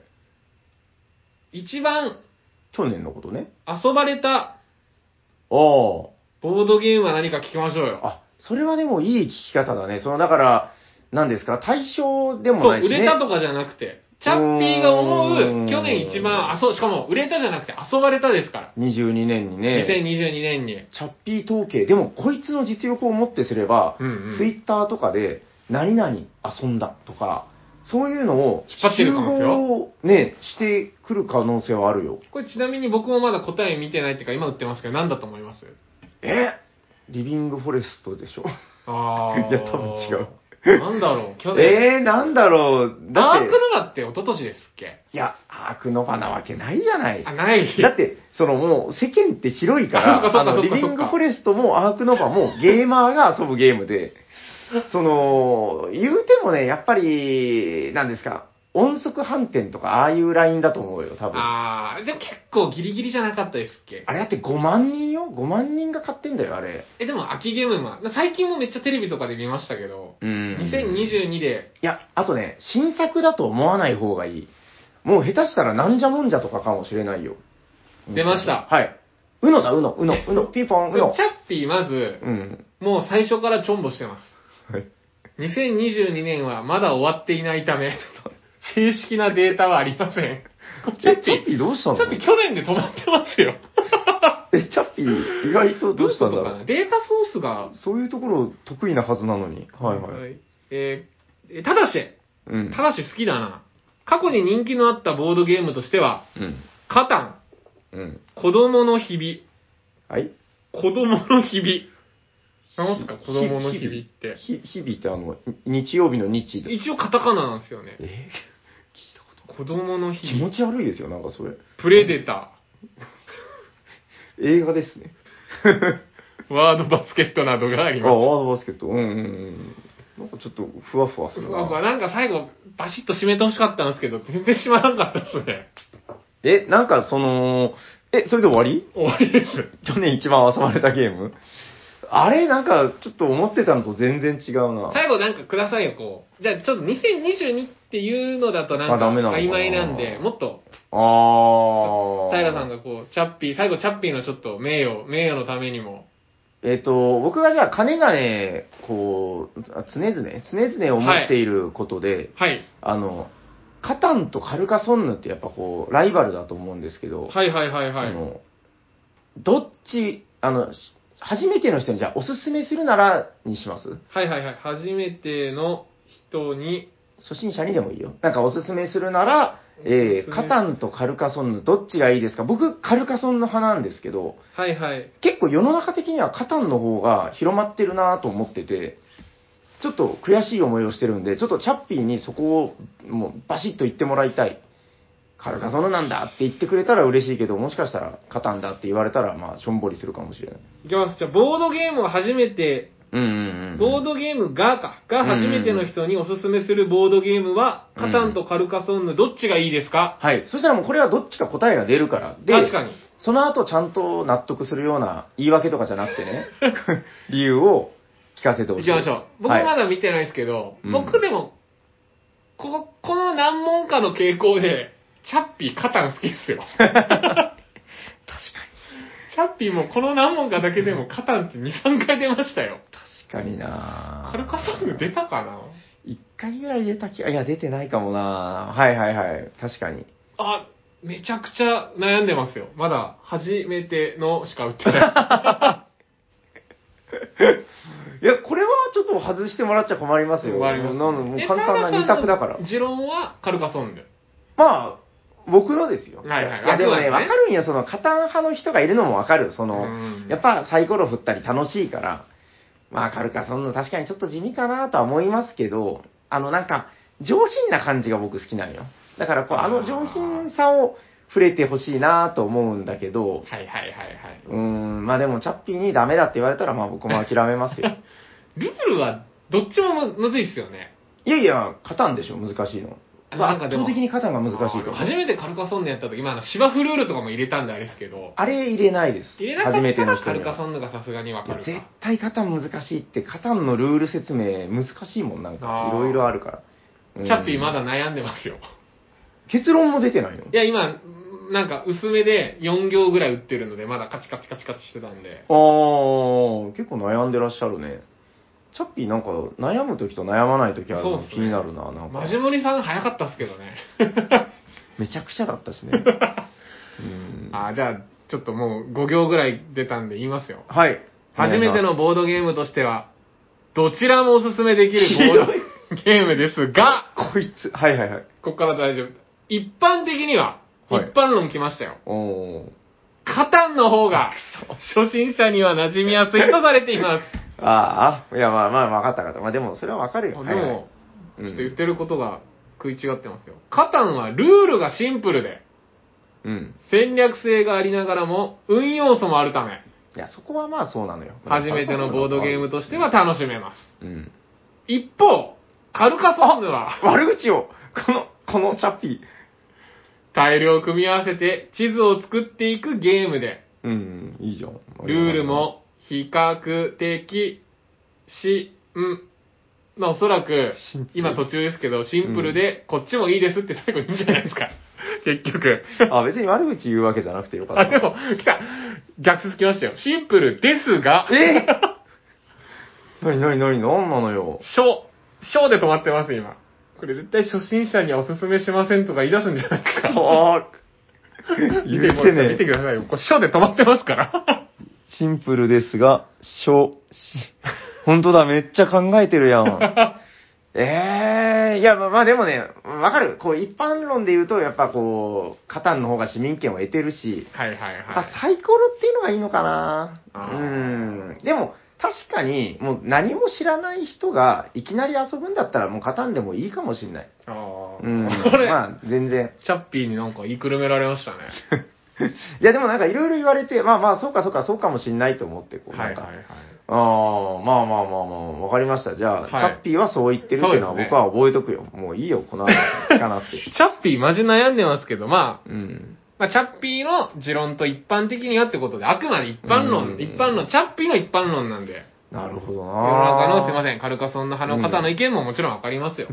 一番去年のことね。遊ばれたああ。ボードゲームは何か聞きましょうよ。あ、それはでもいい聞き方だね。その、だから、何ですか、対象でもそなう、いし、売ね。れたとかじゃなくて、チャッピーが思うーう、ん去年一番遊、しかも売れたじゃなくて遊ばれたですから。 22年にね。 2022年に。チャッピー統計、でもこいつの実力をもってすれば、うんうんツイッターとかで、何々遊んだとか、そういうのを引っ張ってる可能性はをね、してくる可能性はあるよ。これちなみに僕もまだ答え見てないっていうか、今売ってますけど、何だと思いますえリビングフォレストでしょ。あー。 いや多分違うう。なんだ ろう、去年。えー、なんだろう。だダっーてク、のだって一昨年ですっけいや、アークノバなわけないじゃないあ、。ない。 だって、そのもう世間って広いか、あそっからあの、そっリかそっかそビっかングフォレストもアークノバもゲーマーが遊ぶゲー ムで、その、言うてもね、やっぱり、なんですか、音速反転とかああいうラインだと思うよ、多分。ああー、でも結構ギリギリじゃなかったですっけれだって5万人よ ?5 万人が買ってんだよ、あれ。え、でも秋ゲームマン。最近もめっちゃテレビとかで見ましたけど、うんい2022で、や、あとね、新作だと思わない方がいい。もう下手したらなんじゃもんじゃとかかもしれないよ。出ましたはい。うのだ、うの、うの、うの、ピーポン、チうャのッ。ピーまず、うん。もう最初からチョンボしてます。はい。 2022年はまだ終わっていないため、正式なデータはありません。チャえッ、チピャッー、ピーどうしたのチャッピー去年で止まってますよ。え、チャッピー、意外とどうしたんだどういうころとかなう。データソースが、そういうところ得意なはずなのに。はいはい。えーえただし、うん。ただし好きだな。過去に人気のあったボードゲームとしては、うん。カタン、うん。子供の日々、はい子供の日々。なんすか、子供の日々って。ひ、日々ってあの、に日曜日の日で。一応カタカナなんですよねえ。ー聞いたこ子供のと日気持々。ち悪いですよ、なんかそれ。プレデタ映画ですね。ー、ワードバスケットなどがありあ、ます。ワードバスケット。うんうんうん。なんかちょっとふわふわするふわふわな。なんか最後、バシッと締めてほしかったんですけど、全然締まらなかったですね。え、なんかその、え、それで終わり終わりです。去年一番遊ばれたゲームあれなんかちょっと思ってたのと全然違うな。最後なんかくださいよ、こう。じゃあちょっと2022っていうのだとなんあダメなかのかな曖昧なんで、もっと、あー。平さんがこう、チャッピー、最後チャッピーのちょっと名誉、名誉のためにも。えっ、と、僕がじゃあ、金がね、こう、あ常々、常々思っていることで、はい。あの、カタンとカルカソンヌってやっぱこう、ライバルだと思うんですけど、はいはいはいはい。その、どっち、あの、し初めての人にじゃあおすすめするならにしますはいはいはい。初めての人に、初心者にでもいいよ。なんかおすすめするなら、えおすすー、めカタンとカルカソンヌ、どっちがいいですか僕、カルカソンヌ派なんですけど、はいはい。結構世の中的にはカタンの方が広まってるなと思ってて、ちょっと悔しい思いをしてるんで、ちょっとチャッピーにそこをもうバシッと言ってもらいたい。カルカソンヌなんだって言ってくれたら嬉しいけど、もしかしたらカタンだって言われたら、まあ、しょんぼりするかもしれない。いきます。じゃあ、ボードゲームを初めて、うんうんうん。ボードゲームがか、が初めての人におすすめするボードゲームは、うんカタンとカルカソンヌどっちがいいですかはい。そしたらもうこれはどっちか答えが出るから。で、確かに。その後ちゃんと納得するような言い訳とかじゃなく てね、理由を聞かせてほし行い。きましょう。僕はいまだ見てないですけど、うん僕でも、こ、この何問かの傾向で、チャッピー、カタン好き ですよ。確かに。チャッピーもこの何問かだけでもカタンって2、3回出ましたよ。確かになカルカソンヌ出たかな一回ぐらい出た気が、いや、出てないかもなはいはいはい。確かに。あ、めちゃくちゃ悩んでますよ。まだ、初めてのしか売ってない。いや、これはちょっと外してもらっちゃ困りますよ。困りますなのもう簡単な二択だからで。持論はカルカソンヌ。まあ、僕のですよ。はいはいや、でもね、あくまでわねかるんや、その、カタン派の人がいるのもわかる。その、うんやっぱサイコロ振ったり楽しいから、まあ、カルカソンヌ確かにちょっと地味かなとは思いますけど、あの、なんか、上品な感じが僕好きなんよ。だから、こう、あの上品さを触れてほしいなと思うんだけど、はいはいはいはい。うーん、まあでも、チャッピーにダメだって言われたら、まあ僕も諦めま すよ。ルールはどっちもむむずいっすよね。いやいや、カタンでしょ、難しいの。まあなんか圧でも倒的にカタンが難しいと思う初めてカルカソンヌやった時、今あの芝生ルールとかも入れたんであれですけど、あれ入れないです。入れなか初めってたのら人カにルはカソンヌがさすがにわいかやる絶か。対カタン難しいって、カタンのルール説明難しいもん、なんかあー。いろいろあるから。うんチャッピーまだ悩んでますよ。結論も出てないのいや、今、なんか薄めで4行ぐらい打ってるので、まだカチカチカチカチしてたんで。あー、結構悩んでらっしゃるね。チャッピーなんか悩むときと悩まないときあるそうのっすね気になるな、なんかマ。ジモリさん早かったっすけどね。めちゃくちゃだった しね。うんあーじゃあ、ちょっともう5行ぐらい出たんで言いますよ。はい。初めてのボードゲームとしては、どちらもおすすめできるボードゲームですが、こいつ、はいはいはい。ここから大丈夫。一般的には、はい一般論来ましたよ。おー。カタンの方が、初心者には馴染みやすいとされています。 あーあ、いやまあまあ分かった分かった。まあでもそれはわかるでよ。はいはいも、ちうんょっと言ってることが食い違ってますよ。カタンはルールがシンプルで、うん。戦略性がありながらも、運要素もあるため、いや、そこはまあそうなのよ。初めてのボードゲームとしては楽しめます。うん。一方、カルカソンヌは、悪口を、この、このチャッピー。タイルを組み合わせて地図を作っていくゲームで、うん、いいじゃん。ルール。も比較的し、ん、まあおそらくシンプ、ル今途中ですけど、シンプルで、こっちもいいですって最後に言うんじゃないですか。 結局。あ、別に悪口言うわけじゃなくてよ かあ、っでも、来た。逆説きましたよ。シンプルですがた。、 えなになになになんなの よ。小、小で止まってます、今。これ絶対初心者にはおすすめしませんとか言い出すんじゃないか。あー見許てせこれ見てねえ。くださいよ。これ小で止まってます から。シンプルですが、しょ、し、 ほんとだ、めっちゃ考えてるやん。 ええいや、まあまあでもね、わかる。こう、一般論で言うと、やっぱこう、カタンの方が市民権を得てるし、はいはいはい。 あサイコロっていうのがいいのかなあーうん。でも、確かに、もう何も知らない人が、いきなり遊ぶんだったら、もう勝たんでもいいかもしれない。ああ。うん。これ、 まあ、全然。チャッピーになんか言いくるめられましたね。 いや、でもなんかいろいろ言われて、まあまあ、そうかそうか、そうかもしれないと思って、こう、なんか。ああ、まあまあまあまあ、わかりました。じゃあ、はいチャッピーはそう言ってるっていうのはそうですね僕は覚えとくよ。もういいよ、この後聞かなく て。チャッピーマジ悩んでますけど、まあ、うん。まあ、チャッピーの持論と一般的にはってことで、あくまで一般う論、ん一般論、チャッピーの一般論なんで、なるほどな世の中のすいません、カルカソンの派の方の意見ももちろんわかりますよ。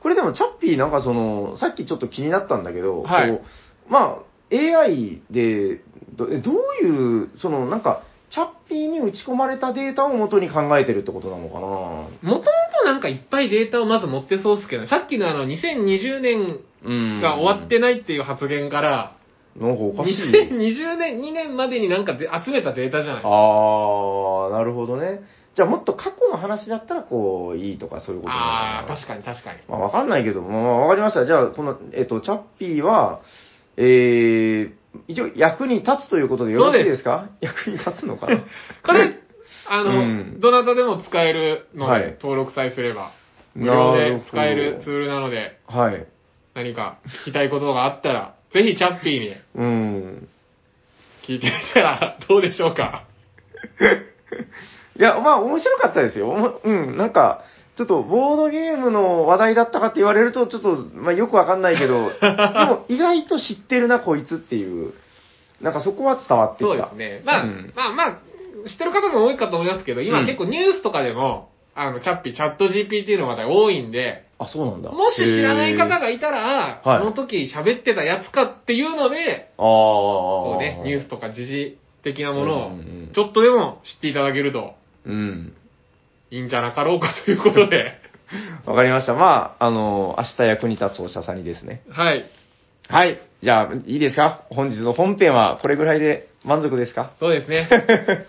これでもチャッピーなんかその、さっきちょっと気になったんだけど、はいこうまあ、AI でど、えどういう、そのなんか、チャッピーに打ち込まれたデータを元に考えてるってことなのかなもともとなんかいっぱいデータをまず持ってそうっすけど、さっきのあの2020年うんが終わってないっていう発言から、なんかおかし い。 2020年、2年までになんかで集めたデータじゃない あー、なるほどね。じゃあもっと過去の話だったら、こう、いいとかそういうことああ、か確かに確かに。まあ、わかんないけど、まあまあ、わかりました。じゃあ、この、えっと、チャッピーは、えー、一応、役に立つということでよろしいですか役に立つの かなこれ、あの、うんどなたでも使えるので、はい登録さえすれば、無料なるでほど使えるツールなので、はい。何か聞きたいことがあったら、 ぜひチャッピーにうん。聞いてみたら どうでしょうか。いや、まあ、面白かったですよ。おもうん、なんか、ちょっと、ボードゲームの話題だったかって言われると、ちょっと、まあ、よくわかんない けど、でも、意外と知ってるな、こいつっていう。なんか、そこは伝わってきた。そうですね。まあ、うんまあまあ、知ってる方も多いかと思いますけど、今うん結構ニュースとかでも、あの、チャッピー、チャット GPT の話題多いんで、あ、そうなんだ。もし知らない方へー、がいたら、はいあの時喋ってたやつかっていうので、こああ。うね、ニュースとか時事的なものをうんうんうん、ちょっとでも知っていただけるとうん。いいんじゃなかろうかということで、わかりました。まあ、あの、明日役に立つお医者さんにですね。はい。はい。じゃあ、いいですか本日の本編はこれぐらいで満足ですかそうですね。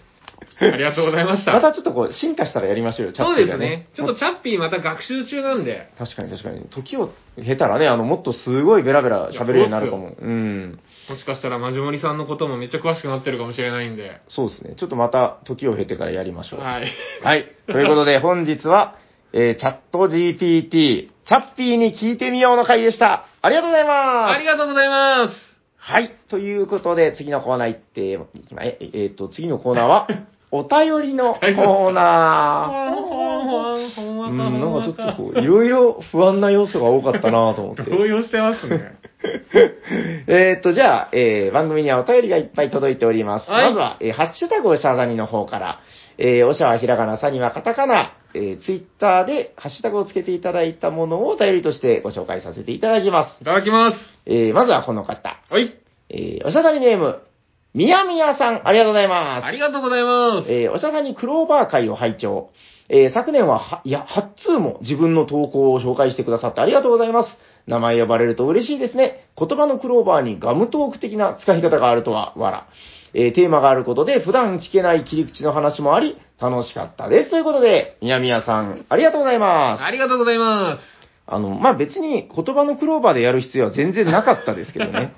ありがとうございました。またちょっとこう、進化したらやりましょうよ、チャそッうピーですがねね。。ちょっとチャッピーまた学習中なんで、確かに確かに。時を経たらね、あの、もっとすごいベラベラ喋れるようになるかも。うん。もしかしたらマジモリさんのこともめっちゃ詳しくなってるかもしれないんで。そうですね。ちょっとまた時を経てからやりましょう。はい。はい。ということで、本日は、えー、チャット GPT、チャッピーに聞いてみようの回でした。ありがとうございます。ありがとうございます。はい。ということで、次のコーナー行って、いきまえ、えっと、次のコーナー は、お便りのコーナー。うん、なんかちょっとこう、いろいろ不安な要素が多かったなと思って。動揺してますね。 えっと、じゃあ、えー番組にはお便りがいっぱい届いております。はいまずは、えーハッシュタグおしゃがにの方から、えーおしゃはひらがな、さにはカタカナ、えーツイッターでハッシュタグをつけていただいたものをお便りとしてご紹介させていただきます。いただきまえーまずはこの方。す。はい。えーおしゃがりネーム、みやみやさん、ありがとうございます。ありがとうございます。えーおしゃさんにクローバー会を拝聴。えー昨年は、はいや、8通も自分の投稿を紹介してくださってありがとうございます。名前呼ばれると嬉しいですね。言葉のクローバーにガムトーク的な使い方があるとは、わら。えーテーマがあることで普段聞けない切り口の話もあり、楽しかったです。ということで、みやみやさん、ありがとうございます。ありがとうございます。あの、まあ、別に言葉のクローバーでやる必要は全然なかったですけど ね。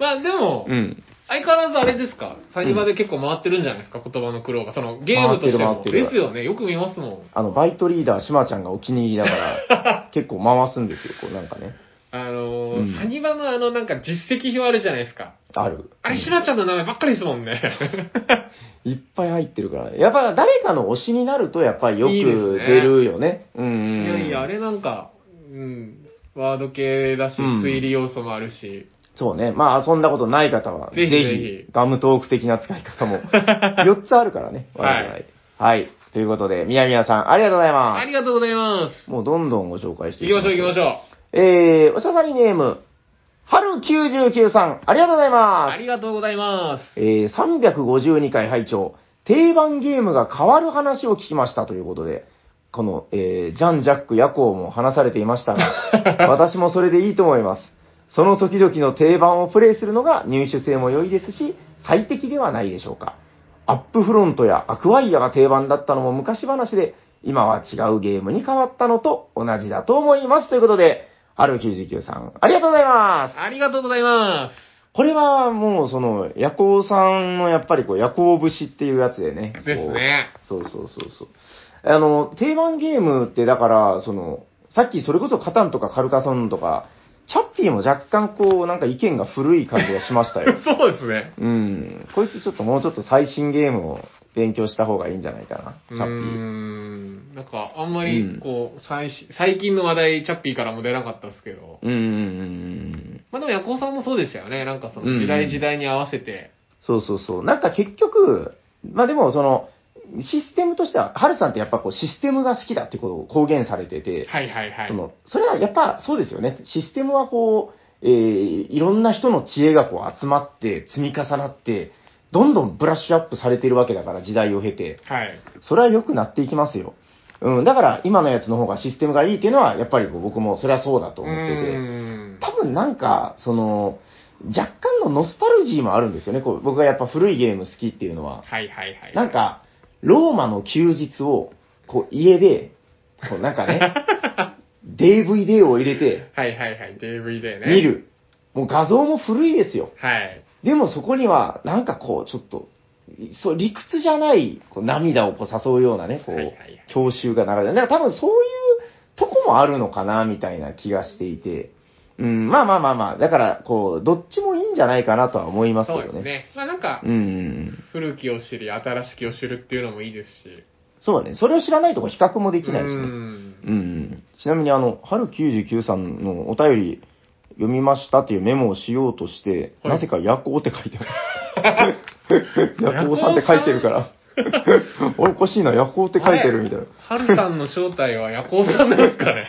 まあでもう、ん。相変わらずあれですか、サニバで結構回ってるんじゃないですか、言葉の苦労が。そのゲームとして回も。ってる回でってるすよね、よく見ますもん。あの、バイトリーダー、しまちゃんがお気に入りだから、結構回すんですよ、こうなんかね。あのーうんサニバのあのなんか実績表あるじゃないですか。ある。あれ、シナちゃんの名前ばっかりですもんね。いっぱい入ってるから。やっぱ誰かの推しになると、やっぱりよくいいですね出るよね。うん いうんうん。やいや、あれなんか、うん、ワード系だし、うん推理要素もあるし、そうね。まあ、遊んだことない方は、ぜぜひひ、ぜひガムトーク的な使い 方も、4つあるからね。はい我々はい。ということで、みやみやさん、ありがとうございま。ありがとうございますもうどんどんご紹介しす。て行きましょう行きまししょ。ょう。えー、おしゃさりネーム、はる99さん、ありがとうございうまあ。すりがとうございまえー352回拝聴定番ゲームが変わる話を聞きましたということで、この、えージャン・ジャック・ヤコウも話されていましたが、私もそれでいいと思います。その時々の定番をプレイするのが入手性も良いですし、最適ではないでしょうか。アップフロントやアクワイアが定番だったのも昔話で、今は違うゲームに変わったのと同じだと思います。ということで、R99 さん、ありがとうございますす。。ありがとうございまこれはもうその、夜行さんのやっぱりこう、夜行節っていうやつでね。す。ですね。。こう。そうそうそうそう。あの、定番ゲームってだから、その、さっきそれこそカタンとかカルカソンとか、チャッピーも若干こう、なんか意見が古い感じがしましたよ そうですね。うん。こいつちょっともうちょっと最新ゲームを勉強した方がいいんじゃないかな、チうャーッピー。ん。なんか、あんまうりん、こう、最新最近の話題、チャッピーからも出なかったですけど。うんうんうんうん。まあでも、ヤコウさんもそうでしたよね。なんかそうんうの、ん時代時代に合わせて。そうそうそう。なんか結局、まあでもその、システムとしては、ハルさんってやっぱこうシステムが好きだってことを公言されてて、はいはいはい。その、それはやっぱそうですよね。システムはこう、えーいろんな人の知恵がこう集まって、積み重なって、どんどんブラッシュアップされてるわけだから、時代を経て。はい。それは良くなっていきますよ。うん、だから今のやつの方がシステムがいいっていうのは、やっぱりこう僕もそれはそうだとう思ってて。ーん。多分なんか、その、若干のノスタルジーもあるんですよね。こう僕がやっぱ古いゲーム好きっていうのは。はいはいはい。なん、か、ローマの休日を、こう家で、こうなん かね、DVD を入れてはいはいはい、DVD ね。見。る。もう画像も古いですよ。はい。でもそこには、なんかこう、ちょっと、そう、理屈じゃない、こう涙をこう誘うようなね、こはいはういはい、教習が流れて、なんか多分そういうとこもあるのかな、みたいな気がしていて、うん、まあまあまあまあ、だから、こう、どっちもいいんじゃないかなとは思いますけそうどでね。すね。まあなんかう、ん。古きを知り、新しきを知るっていうのもいいですし。そうだね。それを知らないとこう比較もできないですうんね。うんちなみに、あの、春99さんのお便り読みましたっていうメモをしようとして、はいなぜか夜行って書いてある。 夜行さんって書いてる から。おいおかしいな、夜行って書いてるみたいな。あれ。春さんの正体は夜行さんなんですかね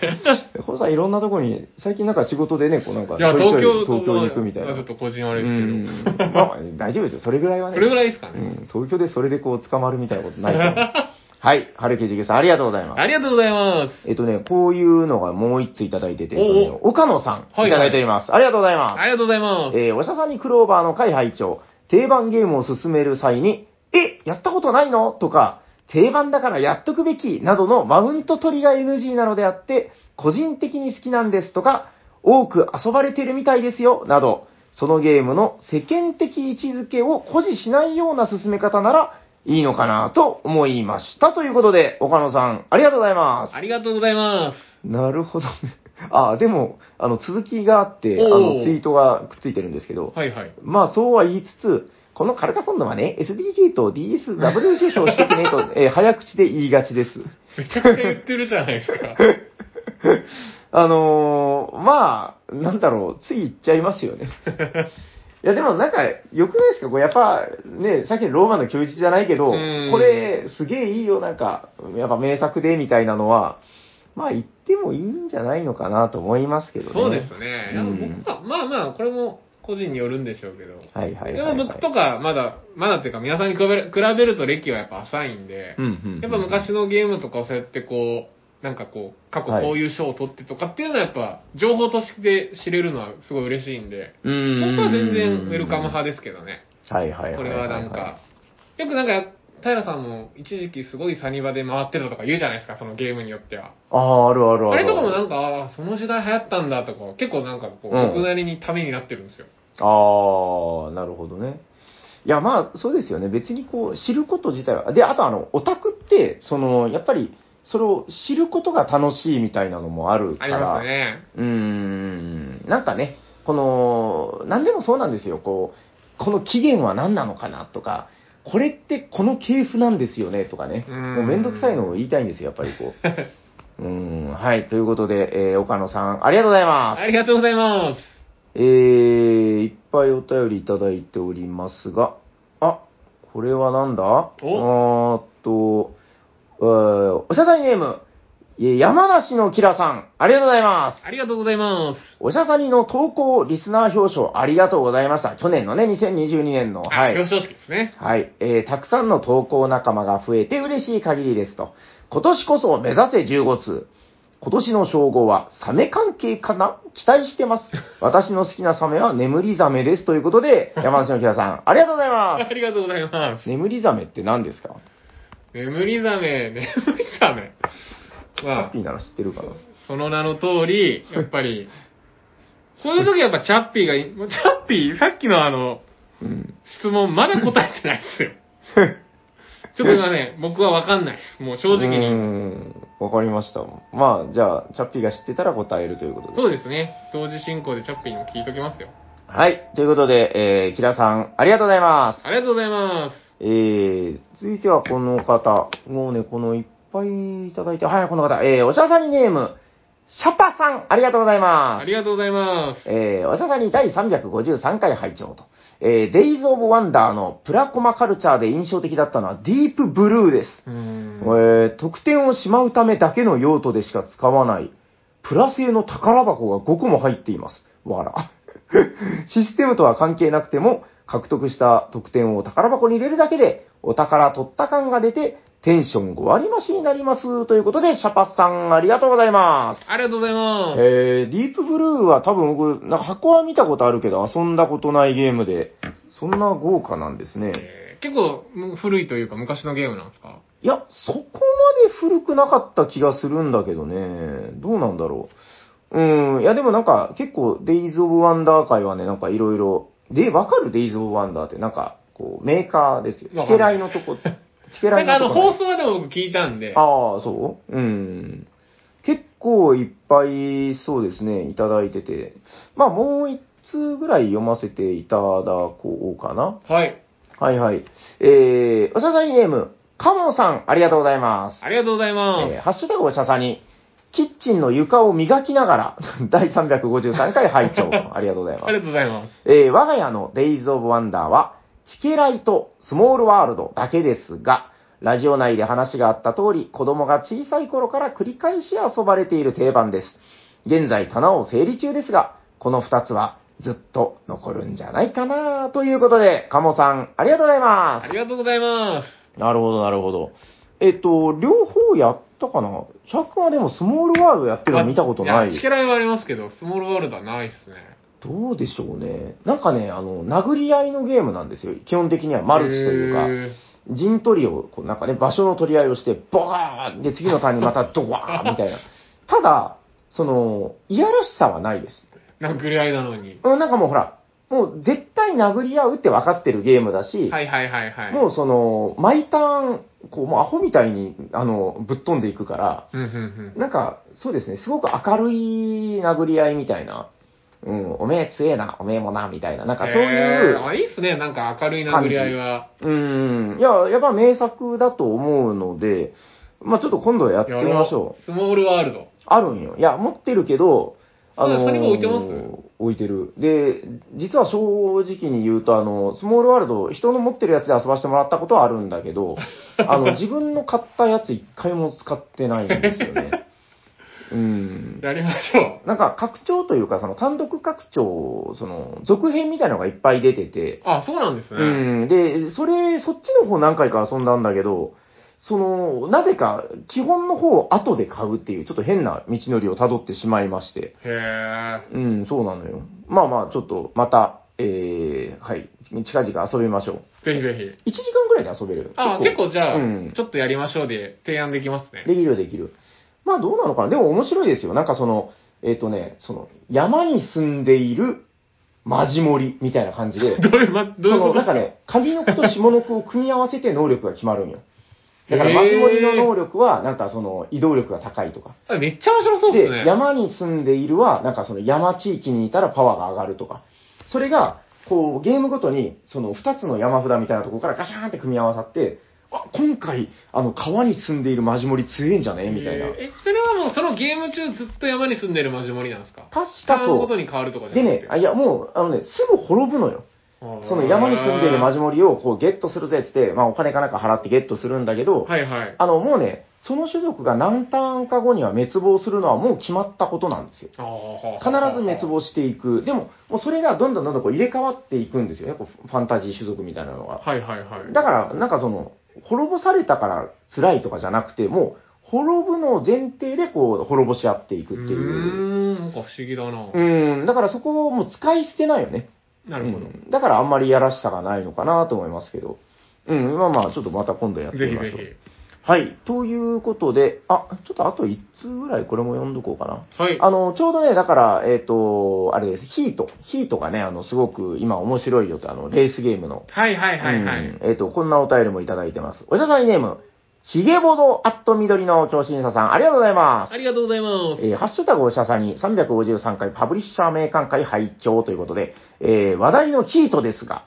これさ、いろんなとこに、最近なんか仕事でね、こうなんか、いや、ちょ東いちょ京、い東京に行くみたいな。まあちょっと個人あうれですん。まあ、大丈夫ですよ。それぐらいはけど。ね。それぐらいですかうね。ん。東京でそれでこう捕まるみたいなことな いから。はい。春99さん、ありがとうございます。ありがとうございます。えっとね、こういうのがもう一ついただいてて、おうおうえっとね岡野さん、はいいただいております。ありがとうございます。ありがとうございます。えーお医者さんにクローバーの会拝聴定番ゲームを進める際に、え、やったことないのとか、定番だからやっとくべきなどのマウント取りが NG なのであって、個人的に好きなんですとか、多く遊ばれてるみたいですよ、など、そのゲームの世間的位置づけを誇示しないような進め方ならいいのかなと思いました。ということで、岡野さん、ありがとうございます。ありがとうございます。なるほどね。 あ、でも、あの、続きがあって、あおうの、ツイートがくっついてるんですけど、はいはい。まあ、そうは言いつつ、このカルカソンヌはね、SDG と DS、W 受賞してくねと、 えー早口で言いがちです。めちゃくちゃ言ってるじゃないです か。あのーまあ、なんだろう、つい言っちゃいま すよね。いや、でもなんか、良くないですかこれやっぱ、ね、さっきのローマの教育じゃないけど、こうんれ、すげえいいよ、なんか、やっぱ名作で、みたいなのは、まあ、言ってもいいんじゃないのかなと思いますけどね。そうですね。いやうん僕は、まあまあ、これも個人によるんでしょうけど。はいはいではい、はもい。僕とか、まだ、まだっていうか、皆さんに比べる比べると歴はやっぱ浅いんで、うんうんうんやっぱ昔のゲームとかをそうやってこう、なんかこう、過去こういう賞を取ってとかっていうのはやっぱ、情報として知れるのはすごい嬉しいんで、うん僕は全然ウェルカム派ですけどね。はいはいはいいい。これはなんか、よくなんか、平さんも一時期すごいサニバで回ってたとか言うじゃないですか、そのゲームによっては。ああ、あるあるある。あれとかもなんんか、ああー、その時代流行ったんだとか、結構なんかこう、うん僕なりにためになってるんですよ。ああ、なるほどね。いや、まあ、そうですよね。別にこう、知ること自体は。で、あとあの、オタクって、その、やっぱり、それを知ることが楽しいみたいなのもあるあかりら。ますね。うーん、なんかね、この、何でもそうなんですよ。こう、この期限は何なのかなとか、これってこの系譜なんですよねとかね。うーんもうめんどくさいのを言いたいんですよ、やっぱりこう。 うーん、はい。ということで、えー岡野さん、ありがとうございます。ありがとうございます。えー、いっぱいお便りいただいておりますが、あ、これはなんだあーっと、えーおしゃさんにネーム、え山梨のキラさん、ありがとうございます。ありがとうございます。おしゃさにの投稿リスナー表彰ありがとうございました。去年のね、2022年の。あ、は表い。彰式ですね。はい。えーたくさんの投稿仲間が増えて嬉しい限りですと。今年こそ目指せ15通。今年の称号はサメ関係かな期待してます。私の好きなサメは眠りザメです。ということで、山梨の平 さん、ありがとうございま。ありがとうございます眠りザメって何ですかす。眠りザメ、眠りザメ。ハまあッピ、ーなら知ってるかなその名の通り、やっぱ り、そういう時やっぱチャッピーがい、もうチャッピー、さっきのあの、うん。質問まだ答えてない ですよ。ちょっと今ね、僕はわかんないです。もう正直うーに。ん。わかりました。まあ、じゃあ、チャッピーが知ってたら答えるということで。そうですね。同時進行でチャッピーにも聞いときますよ。はい。ということで、えー、キラさん、ありがとうございます。ありがとうございます。えー、続いてはこの方。もうね、このいっぱいいただいて、はい、この方。えー、おしゃさにネーム、シャパさん、ありがとうございまあす。りがとうございます。えー、おしゃさに第353回拝聴と。えー、デイズ・オブ・ワンダーのプラコマカルチャーで印象的だったのはディープブルーです。うーん。えー、得点をしまうためだけの用途でしか使わない、プラ製の宝箱が5個も入っています。わら。 システムとは関係なくても、獲得した得点を宝箱に入れるだけで、お宝取った感が出て、テンション5割増しになります。ということで、シャパスさん、ありがとうございます。ありがとうございます。えー、ディープブルーは多分僕、なんか箱は見たことあるけど、遊んだことないゲームで、そんな豪華なんですね。えー結構もう古いというか昔のゲームなんですかいや、そこまで古くなかった気がするんだけどね。どうなんだろう。うん、いやでもなんか、結構、デイズ・オブ・ワンダー界はね、なんかいろいろ、で、わかるデイズ・オブ・ワンダーって、なんか、こう、メーカーですよ。チケライのと こ、チケラなイんかのあとのこ放送でも僕聞いたんで、ああ、そううん。結構いっぱい、そうですね、いただいてて。まあ、もう一通ぐらい読ませていただこうかな。はい。はい。はいはい。えー、おしゃさにネーム、カモンさん、ありがとうございます。ありがとうございます。えーハッシュタグおしゃさに、キッチンの床を磨きながら、 第353回拝 聴ありがとうございまありす。がとうございます。えー我が家のデイズ・オブ・ワンダーは、チケライとスモールワールドだけですが、ラジオ内で話があった通り、子供が小さい頃から繰り返し遊ばれている定番です。現在棚を整理中ですが、この2つはずっと残るんじゃないかなということで、カモさん、ありがとうございまありがとうございます。す。なるほど、なるほど。えっと、両方やったかなシャークはでもスモールワールドやってるの見たことない。チケライはありますけど、スモールワールドはないですね。どうでしょうね。なんかね、あの、殴り合いのゲームなんですよ。基本的にはマルチというか、陣取りを、こうなんかね、場所の取り合いをして、ボワーンで、次のターンにまたドワーンみ たいな。ただ、その、いやらしさはないです。か。殴り合いなのに。うんなんかもうほら、もう絶対殴り合うって分かってるゲームだし、はいはいはいはい。もうその、毎ターン、こう、もうアホみたいに、あの、ぶっ飛んでいくから、うんうんうん。なんか、そうですね、すごく明るい殴り合いみたいな、うん、おめえ強えな、おめえもな、みたいな、なんかそういうえー、あいいっすね、なんか明るい殴り合いは。うん、いや、やっぱ名作だと思うので、まあちょっと今度やってみましょう。スモールワールド。あるんよ。いや、持ってるけど、そうだそれも置いてます置いてる。で、実は正直に言うと、あの、スモールワールド、人の持ってるやつで遊ばせてもらったことはあるんだけど、あの、自分の買ったやつ一回も使ってないんです よね。うん。やりましょなんか拡張というか、その単独拡張、その続編みたいなのがいっぱい出ててう、。あ、そうなんですね。うん、で、それ、そっちの方何回か遊んだんだけど、その、なぜか、基本の方を後で買うっていう、ちょっと変な道のりを辿ってしまいまして。へえ。うん、そうなのよ。まあまあ、ちょっと、また、えー、はい、近々遊びましょう。ぜひぜひ。 1時間ぐらいで遊べる。あ、結構じゃあ、うんちょっとやりましょうで提案できますね。、できるできる。まあどうなのかな。でも面白いですよ。なんかその、えっ、とね、その、山に住んでいるマジモリみたいな感じ でどういう、ま、どういそうこのとでなんすかかね、上の句と下の句を組み合わせて能力が決まるんよ。だからへーマジモリの能力は、なんかその、移動力が高いとか。あめっちゃ面白そうですね。で、山に住んでいるは、なんかその山地域にいたらパワーが上がるとか。それが、こう、ゲームごとに、その2つの山札みたいなところからガシャーンって組み合わさって、あ、今回、あの、川に住んでいるマジモリ強えんじゃねみたいなへ。ーえ、それはもうそのゲーム中ずっと山に住んでるマジモリなんですか確かターンそごとう。に変わるとかじでゃなくねて、あいや、もう、あのね、すぐ滅ぶのよ。その山に住んでいるマジジモリをこうゲットするぜってって、まあお金かなんか払ってゲットするんだけど、はいはい。あの、もうね、その種族が何ターンか後には滅亡するのはもう決まったことなんですよ。あー必ず滅。亡していく。でも、もうそれがどんどんどんどんこう入れ替わっていくんですよね。こうファンタジー種族みたいなのが。はいはいはい。だから、なんかその、滅ぼされたから辛いとかじゃなくて、もう、滅ぶのを前提でこう、滅ぼし合っていくってういう。ーん、なんか不思議だな。うん、だからそこをもう使い捨てないよね。なるほど。うんだからあんまりやらしさがないのかなと思いますけど。うん、まあまあ、ちょっとまた今度やってぜみひましょう。ぜはい。ということで、あ、ちょっとあと1通ぐらいこれも読んどこうかな。ひ。はい。あの、ちょうどね、だから、えっ、と、あれです。ヒート。ヒートがね、あの、すごく今面白いよって、あの、レースゲームの。はいはいはいはうんい。えっ、と、こんなお便りもいただいてます。おじゃさんネーム、ひげぼどアット緑の超新査さん、ありがとうございます。ありがとうございます。えーハッシュタグおしゃさに353回パブリッシャー名鑑会拝聴ということで、えー話題のヒートですが、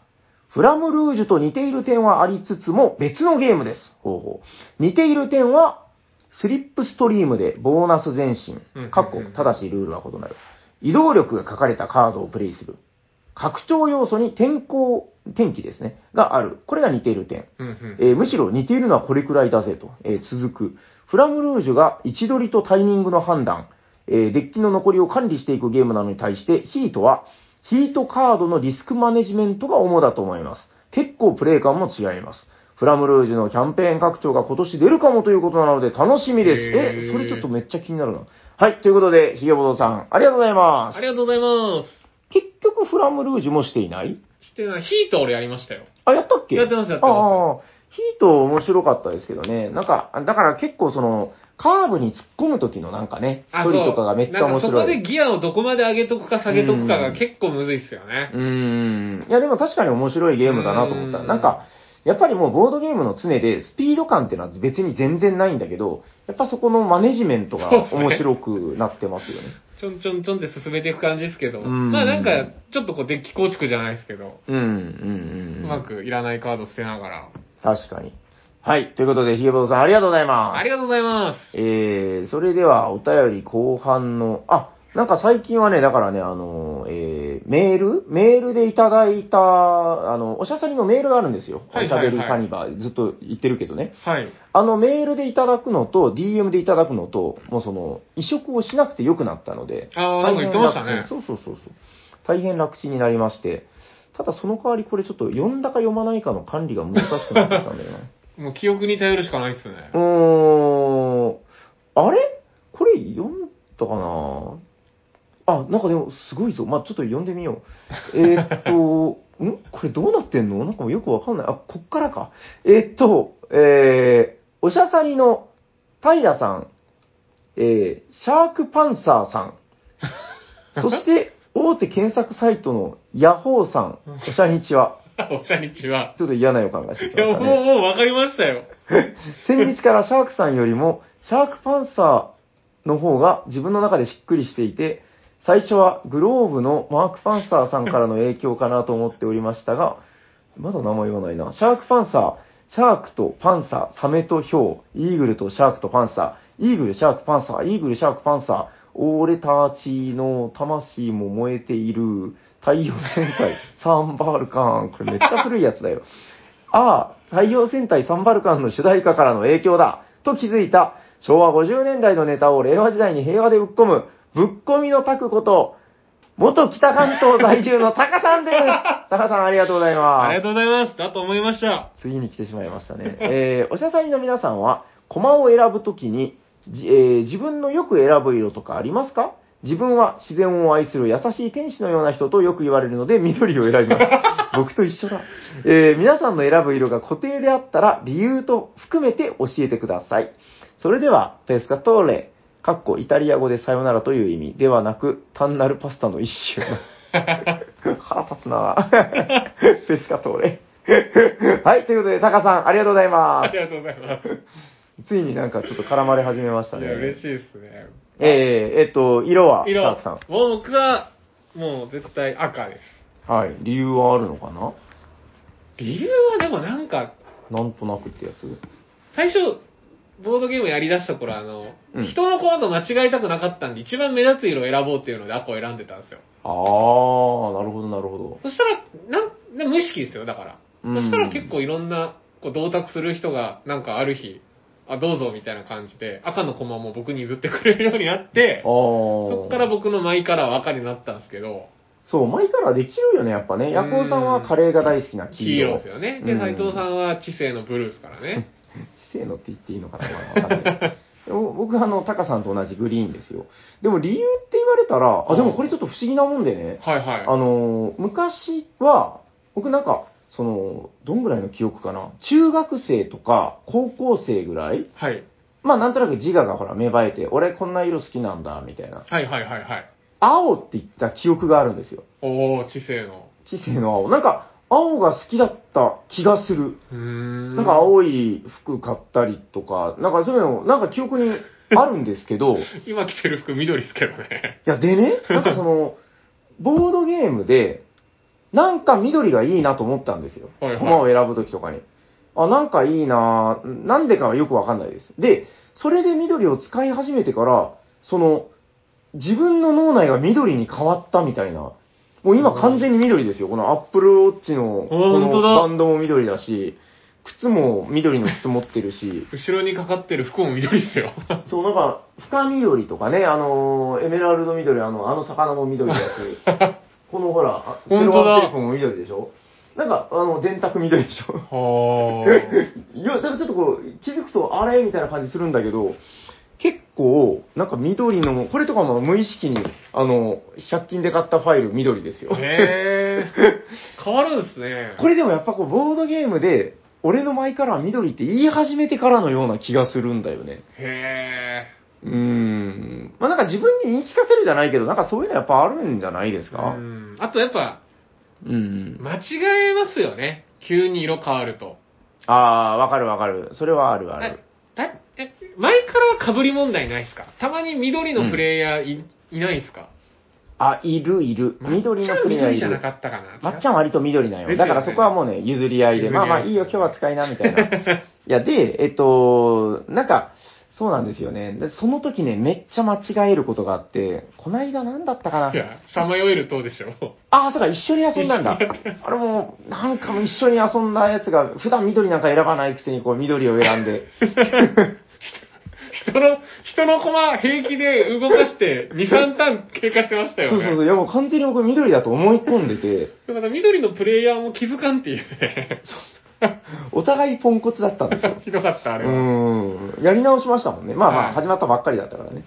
フラムルージュと似ている点はありつつも別のゲームです。ほうほう似ている点は、スリップストリームでボーナス前進うんうんうん、かっこ、ただしルールは異なる。移動力が書かれたカードをプレイする。拡張要素に天候、天気ですね、がある。これが似ている点。うんうん。えーむしろ似ているのはこれくらいだぜと、えー続く。フラムルージュが位置取りとタイミングの判断、えーデッキの残りを管理していくゲームなのに対して、ヒートは、ヒートカードのリスクマネジメントが主だと思います。結構プレイ感も違います。フラムルージュのキャンペーン拡張が今年出るかもということなので楽しみです。へえ、ーそれちょっとめっちゃ気になるな。はい、ということで、ひげぼどうさん、ありがとうございまあすり。がとうございま結局、フラムルージュもしていないす。してない。ヒート俺やりましたよ。あ、やったっけやってますやってますああ、ヒート面白かったですけどね。なんか、だから結構その、カーブに突っ込む時のなんかね、あ距離とかがめっちゃ面そうなんかそこ白でい。ギアをどこまで上げとくか下げとくかうがん結構むずいっすよね。うーん。いや、でも確かに面白いゲームだなと思った。うんなんか、やっぱりもうボードゲームの常で、スピード感っていうのは別に全然ないんだけど、やっぱそこのマネジメントがそうっすね面白くなってますよね。ちょんちょんちょんって進めていく感じですけど、うんまあなんか、ちょっとこうデッキ構築じゃないですけど、うん、うん、ううん。まくいらないカード捨てながら。確かに。はい。ということで、ヒゲボードさんありがとうございます。ありがとうございます。えー、それではお便り後半の、あ、なんか最近はね、だからね、あの、えー、メールメールでいただいた、あの、おしゃさりのメールがあるんですよ。はいはいはいおしゃべりサニバー、ずっと言ってるけどね。はい。あの、メールでいただくのと、DM でいただくのと、もうその、移植をしなくて良くなったので、ああ、なんか言ってました大変ね楽。ちんそうそうそうそう。大変楽ちんになりまして、ただその代わりこれちょっと読んだか読まないかの管理が難しくなってきたんだよな。もう記憶に頼るしかないっすねう。ーん。あれこれ読んだかなあ、なんかでもすごいぞ。まあ、ちょっと読んでみよう。えーっと、んこれどうなってんのなんかもうよくわかんない。あ、こっからか。えーっと、えー、おしゃさりの平さん、えー、シャークパンサーさん、そして、大手検索サイトのヤホーさん、おしゃにちは。おしゃにちは。ちょっと嫌な予感がしてきいまや、もしたう、ね。もう分かりましたよ。先日からシャークさんよりも、シャークパンサーの方が自分の中でしっくりしていて、最初はグローブのマーク・パンサーさんからの影響かなと思っておりましたが、まだ名前言わないな。シャークパンサー、シャークとパンサー、サメとヒョウ、イーグルとシャークとパンサー、イーグル、シャーク、パンサー、イーグル、シャーク、パンサー、俺たちの魂も燃えている、太陽戦隊、サンバルカン。これめっちゃ古いやつだよ。ああ、太陽戦隊サンバルカンの主題歌からの影響だと気づいた、昭和50年代のネタを令和時代に平和でぶっ込む、ぶっ込みのタクこと、元北関東在住のタカさんですタカさんありがとうございます。ありがとうございます。だと思いました。次に来てしまいましたね。えー、おしゃさりの皆さんは、駒を選ぶときに、じえー自分のよく選ぶ色とかありますか自分は自然を愛する優しい天使のような人とよく言われるので、緑を選びます。僕と一緒だ。えー皆さんの選ぶ色が固定であったら、理由と含めて教えてください。それでは、ペスカトーレ、かっこイタリア語でさよならという意味ではなく、単なるパスタの一種。腹立つなぁ。ペスカトーレ。はい、ということで、タカさん、ありがとうございあまりがとうございます。す。ついになんかちょっと絡まれ始めましたいね。や、嬉しいい。ですね。えー、えっと、色は、シ色ャークさ。もう僕は、もう絶対赤です。ん。はい、理由はあるのかな理由はでもなんか、なんとなくってやつ最初、ボードゲームやり出した頃、あの、うん人のコード間違えたくなかったんで、一番目立つ色を選ぼうっていうので赤を選んでたんですよ。あー、なるほど、なるほそど。したら、なんで無意識ですよ、だから。うそんしたら結構いろんな、こう、同卓する人が、なんかある日、あ、どうぞみたいな感じで、赤の駒も僕に譲ってくれるようになってあ、ー。そっから僕のマイカラーは赤になったんですけど、そう、前からできるよね、やっぱね。ヤコウさんはカレーが大好きな黄黄色色。ですよね。で、うん斎藤さんは知性のブルーですからね。知性のって言っていいのかな、まあわか んないでも僕、あの、タカさんと同じグリーンですよ。でも理由って言われたら、あ、でもこれちょっと不思議なもんでね。はいはい。あの、昔は、僕なんか、その、どんぐらいの記憶かな。中学生とか、高校生ぐらいはい。まあなんとなく自我がほら芽生えて、俺こんな色好きなんだ、みたいな。はいはいはいはい。青って言った記憶があるんですよ。おー、知性の。知性の青。なんか、青が好きだった気がする。うーん。なんか青い服買ったりとか、なんかそういうの、なんか記憶にあるんですけど、い今着てる服緑ですけどね。 や、でね、なんかその、ボードゲームで、なんか緑がいいなと思ったんですよ。はいはい駒を選ぶときとかに。あ、なんかいいなぁなんでかはよくわかんないです。で、それで緑を使い始めてから、その、自分の脳内が緑に変わったみたいな。もう今完全に緑ですよ。このアップルウォッチの、こ本の当だバンドも緑だし、靴も緑の靴持ってるし、後ろにかかってる服も緑です よ。そう、なんか、深緑とかね、あのーエメラルド 緑、あの、あの魚も緑だし、このほら、あ本当だセロハンテープも緑でしょなんか、あの、電卓みたいでしょ。 はいや、だからちょっとこう、気づくと、あれみたいな感じするんだけど、結構、なんか緑のも、これとかも無意識に、あの、100均で買ったファイル緑ですよあ。。へえ。変わるんですね。これでもやっぱこう、ボードゲームで、俺のマイカラー緑って言い始めてからのような気がするんだよね。へうーん。まあ、なんか自分に言い聞かせるじゃないけど、なんかそういうのやっぱあるんじゃないですえ。うかん。あとやっぱ、うん。間違えますよね。急に色変わると。ああー、わかるわかる。それはあるあだる。だえ、前からは被り問題ないですかたまに緑のプレイヤーい,、いないですかあ、いるいる。緑のプレイヤー緑いじゃなる。かったかなまっちゃん割と緑なんでよ。すよだねからそこはもうね、譲り合いで、譲り合い。まあまあいいよ、今日は使いな、みたいな。いや、で、えっと、なんか、そうなんですよね。で、その時ね、めっちゃ間違えることがあって、こないだ何だったかないや、さまよえるとでしょ。ああ、そうか、一緒に遊んだんだ。あれもう、なんかもう一緒に遊んだやつが、普段緑なんか選ばないくせに、こう、緑を選 んで。人の、人の駒平気で動かして、2、3ターン経過してましたそようね。そうそう、いやもう完全に僕緑だと思い込ん でて、だから緑のプレイヤーも気づかんっていうね。お互いポンコツだったんですよ。 ひどかった、あれうは。ーん。やり直しましたもんね。まあまはあ、い始まったばっかりだったからね。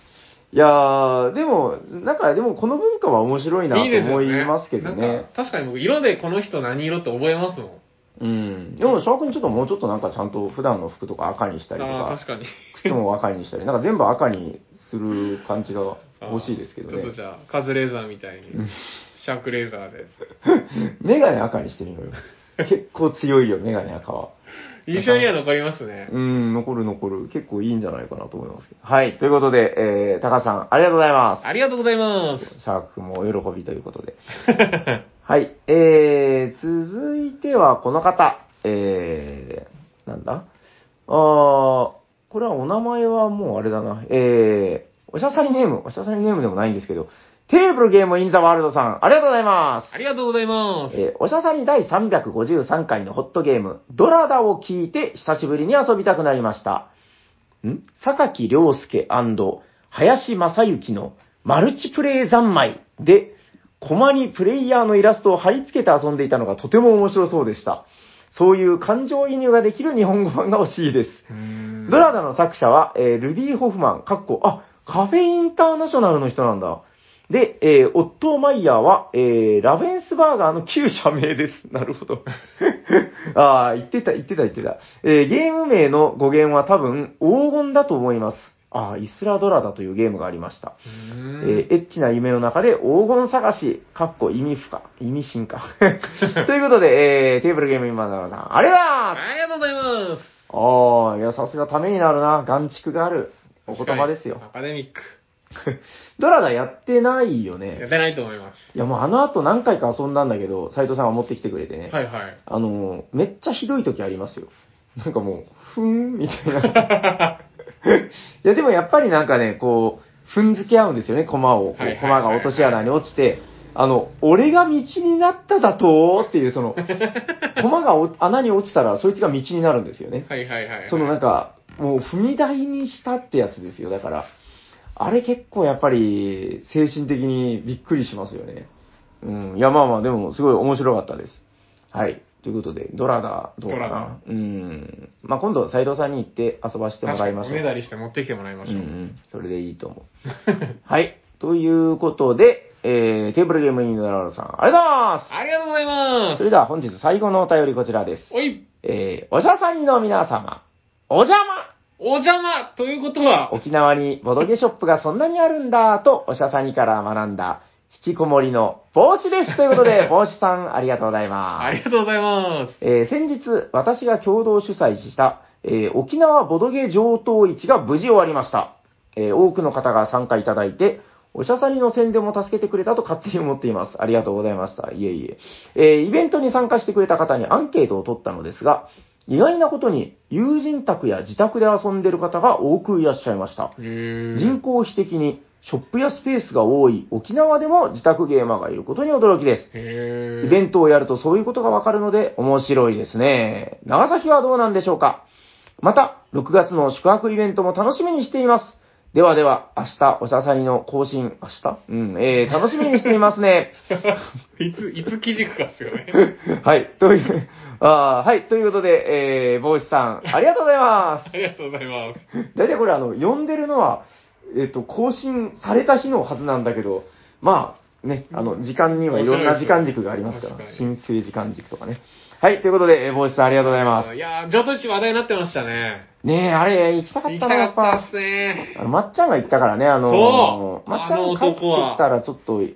いやー、でも、なんか、でもこの文化は面白いなといいですよ思ね。いますけどなんねか。確かに僕、色でこの人何色って覚えますもん。うん。でも、シャー君ちょっともうちょっとなんかちゃんと普段の服とか赤にしたり とああ、か、確かに。靴も赤にしたり、なんか全部赤にする感じが欲しいですけどちょっねと。じゃあ、カズレーザーみたいに、シャークレーザーで。メガネ赤にしてみようよ。結構強いよ、メガネ赤は。印象には残りますね。うん、残る残る。結構いいんじゃないかなと思いますけど。はい。ということで、えー、高橋さん、ありがとうございます。ありがとうございます。シャーク君もお喜びという ことで。はい。えー、続いてはこの方。えー、なんだあー、これはお名前はもうあれだな。えー、おしゃさりネーム、おしゃさりネームでもないんですけど、テーブルゲームインザワールドさん、ありがとうございます。ありがとうございます。えーおしゃさに第353回のホットゲーム、ドラダを聞いて久しぶりに遊びたくなりました。ん榊良介林正幸のマルチプレイ三昧で、コマにプレイヤーのイラストを貼り付けて遊んでいたのがとても面白そうでした。そういう感情移入ができる日本語版が欲しいです。ドラダの作者は、えールディ・ホフマン、かっこ、あ、カフェインターナショナルの人なんだ。で、えーオットー・マイヤーは、えーラベンスバーガーの旧社名です。 なるほど。ああ、言ってた、言ってた、言ってた。えーゲーム名の語源は多分、黄金だと思います。ああ、イスラドラダというゲームがありました。うえんーエッチな夢の中で黄金探し、かっこ意味深、意味深か。 ということで、えーテーブルゲーム今のさん、ありがとうございますありがとうございます。ああ、いや、さすがためになるな。眼蓄がある。お言葉ですよ。アカデミック。ドラダやってないよやっね。てないと思います。いや、もうあの後何回か遊んだんだけど、斉藤さんが持ってきてくれてね。はいはい。あのー、めっちゃひどい時ありますよ。なんかもう、ふーん、みたいな。 いや、でもやっぱりなんかね、こう、踏んづけ合うんですよね、駒を。こはいはいう駒が落とし穴に落ちて、あの、俺が道になっただとっていう、そ の、駒がお穴に落ちたら、そいつが道になるんですよね。はいはいはい。そのなんか、もう踏み台にしたってやつですよ、だから。あれ結構やっぱり精神的にびっくりしますよね。うん。いやまあまあでもすごい面白かったです。はい。ということで、ドラダどうかドラな。うん。まあ今度斉藤さんに行って遊ばせて確もらかいにまおしょう。ねだりして持ってきてもらいましょう。 うんうん。それでいいと思う。はい。ということで、えー、テーブルゲームインドラダさん、ありがとうございますありがとうございまそす。れでは本日最後のお便りこちらです。おい、えー、おしゃさんにの皆様、お邪魔お邪魔ということは、沖縄にボドゲショップがそんなにあるんだとおしゃさにから学んだ引きこもりの帽子です。ということで、 帽子さんありがとうございます。ありがとうございます。えー先日、私が共同主催した、えー沖縄ボドゲ上等市が無事終わりました。えー多くの方が参加いただいて、おしゃさりの宣伝も助けてくれたと勝手に思っています。ありがとうございました。いえいえ。えーイベントに参加してくれた方にアンケートを取ったのですが、意外なことに友人宅や自宅で遊んでる方が多くいらっしゃいました。人人口比的にショップやスペースが多い沖縄でも自宅ゲーマーがいることに驚きです。へイベンントをやるとそういうことがわかるので面白いですね。長崎はどうなんでしょうかまた、6月の宿泊イベントも楽しみにしています。ではでは、明日、おしゃさにの更新、明日うん、えー、楽しみにしていますね。 いつ、いつ基軸かっすよね。 はい、という、あーはい、ということで、えー、帽子さん、ありがとうございまありがとうございます。す。だいたいこれ、あの、呼んでるのは、えっ、と、更新された日のはずなんだけど、まあ、ね、あの、時間にはいろんな時間軸がありますから面白い、です申請時間軸とかね。はい、ということで、えー帽子さん、ありがとうございまいやー、上都市話題になってましたね。す。ねえ、あれ、行きたかっ行きたたな、やかっったぱっ。すね。あの、まっちゃんが言ったからね、あのそー、うまっちゃあのん帰って男はきたらちょっと聞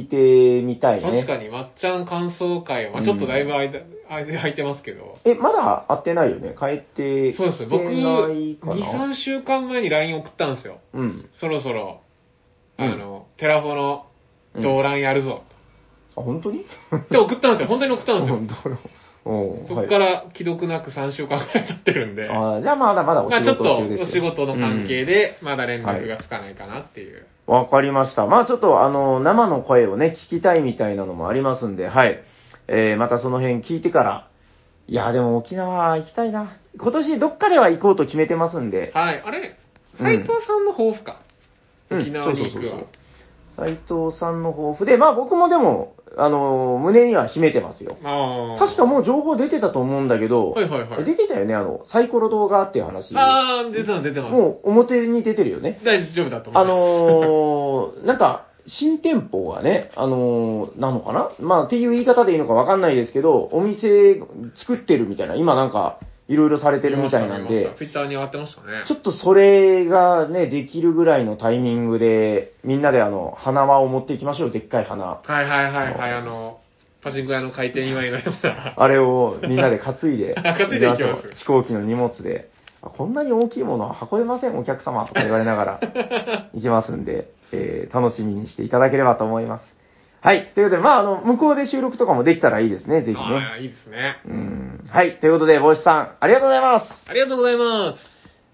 いてみたい確ね。かに、まっちゃん感想会は、まあ、ちょっとだいぶ空いた、空いてますけど。え、まだ会ってないよね帰ってきそうです。僕、てない2、かな3週間前に LINE 送ったんですよ。うん。そろそろ、うんあの、テラフォの動乱やるぞ。あ、本当にって送ったんですよ。本当に送ったんですよ。 本当おうそはこいから既読なく3週間くらい経ってるんで。あーじゃあまだまだおまあ仕ちょっと事中ですよお仕事の関係で、まだ連絡がつかないかなっていう。うんわ、かりました。まあちょっとあの、生の声をね、聞きたいみたいなのもありますんで、はい。えー、またその辺聞いてから。いや、でも沖縄行きたいな。今年どっかでは行こうと決めてますんで。はい。あれうん斉藤さんの抱負か。うん沖縄に行くそうそうそうそわう。斉藤さんの抱負で、まあ僕もでも、あのー胸には秘めてますよ。ああ。確かもう情報出てたと思うんだけど、はいはいはい出てたよね、あの、サイコロ動画っていう話。ああ、出てます出てます。もう表に出てるよね。大丈夫だと思あいます。のーなんか、新店舗がね、あのーなのかなまあ、っていう言い方でいいのかわかんないですけど、お店作ってるみたいな、今なんか、いろいろされてるみたいなんで、ツイッターに上がってましたね。ちょっとそれがね、できるぐらいのタイミングで、みんなであの、花輪を持っていきましょう、でっかい花。はいはいはいはい、あの、パチンコ屋の開店祝いのような。あれをみんなで担 いで、担いで行きます行きましょう飛行機の荷物で、あこんなに大きいものは運べません、お客様、とか言われなが ら行きますんで、えー楽しみにしていただければと思います。はい。ということで、まあ、あの、向こうで収録とかもできたらいいです ね、ぜひあね。あ、いいですね。うん。はい。ということで、帽子さん、ありがとうございます。ありがとうございます。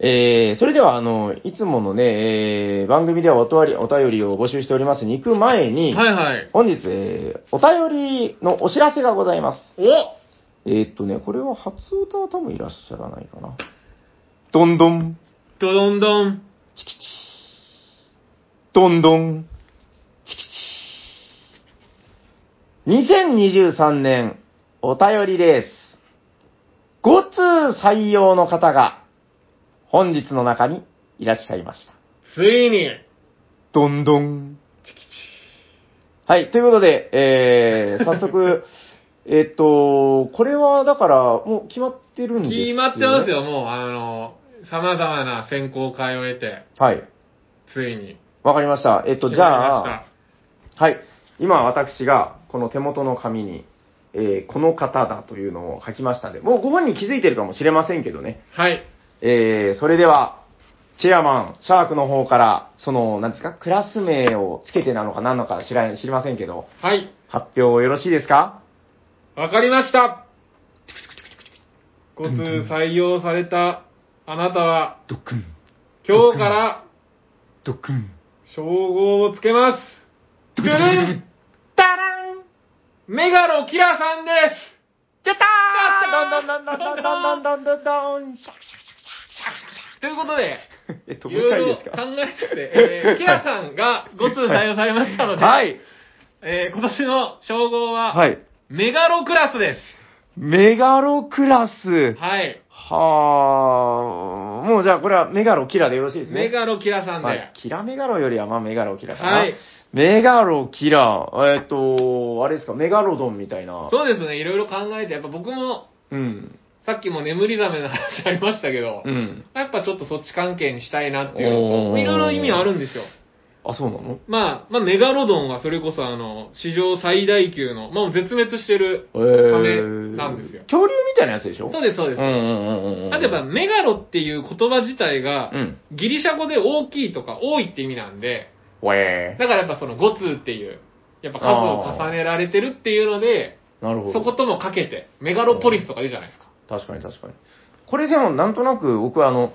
えー、それでは、あの、いつものね、えー、番組ではおとわりお便りを募集しておりますに行く前に、はいはい。本日、えー、お便りのお知らせがございます。おえー、っとね、これは初歌は多分いらっしゃらないかな。どんどん、どどんどん。どんどん、チキチー。2023年、お便りレース。5通採用の方が、本日の中にいらっしゃいました。ついに、どんどん。はい、ということで、えー、早速、 えっと、これはだから、もう決まってるんですよ、ね。決まってます。よ、もう、あの、様々な選考会を得て、はい。ついに。わかりました。えっと、じゃあ、はい。今私が、この手元の紙に、えー、この方だというのを書きましたんで、もうご本人気づいてるかもしれませんけどね。決まりましえー、それでは、チェアマン、シャークの方から、その、なんですか、クラス名をつけてなのか何なのか知ら知りませんけど、た。はい。はい。発表よろしいですかわかりました。5通採用されたあなたは、ドクン、今日からドクン。称号をつけます。 ドゥルンダランメガロキラさんですやったーどんどんどんどんどんどんどんどんどんシャクシということで、ャクえっと、いもう一ろ回いでろす考かえてて、えー、 キラさんが5通採用されましたので、はい。えー、今年の称号は、はい。メガロクラスでメガロクラスす。。はい。はあ、もうじゃあこれはメガロキラでよろしいですね。メガロキラさんで。ははいい。、キラメガロよりはまあメガロキラかな。はいメガロキラ、えっ、と、あれですか、メガロドンみたいな。そうですね、いろいろ考えて、やっぱ僕も、うん。さっきも眠りザメの話ありましたけど、うん。やっぱちょっとそっち関係にしたいなっていうのおーと、いろいろ意味はあるんですよ。あ、そうなのまあ、まあ、メガロドンはそれこそあの、史上最大級の、まあ、絶滅してるえサメなんですよ。恐竜みたいなやつでしょそううです、そうです。んうんうんうん。例えば、メガロっていう言葉自体が、うん。ギリシャ語で大きいとか多いって意味なんで、ウェだからやっぱその5通っていう、やっぱ数を重ねられてるっていうので、ー。なるほど。そこともかけて、メガロポリスとか言うじゃないですか。確かに確かに。これでもなんとなく僕はあの、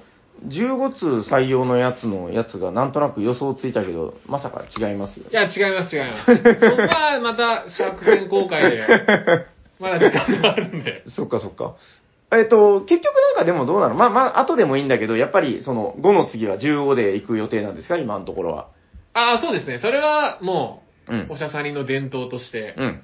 15通採用のやつのやつがなんとなく予想ついたけど、まさか違いますよい。や、違います、違います。そこは また、シャーク戦公開で、まだ時間があるんで。そっかそっか。えっと、結局なんかでもどうなのまあまあ、後でもいいんだけど、やっぱりその5の次は15で行く予定なんですか今のところは。ああ、そうですね。それはもうう、おん。しゃさりの伝統として。うん。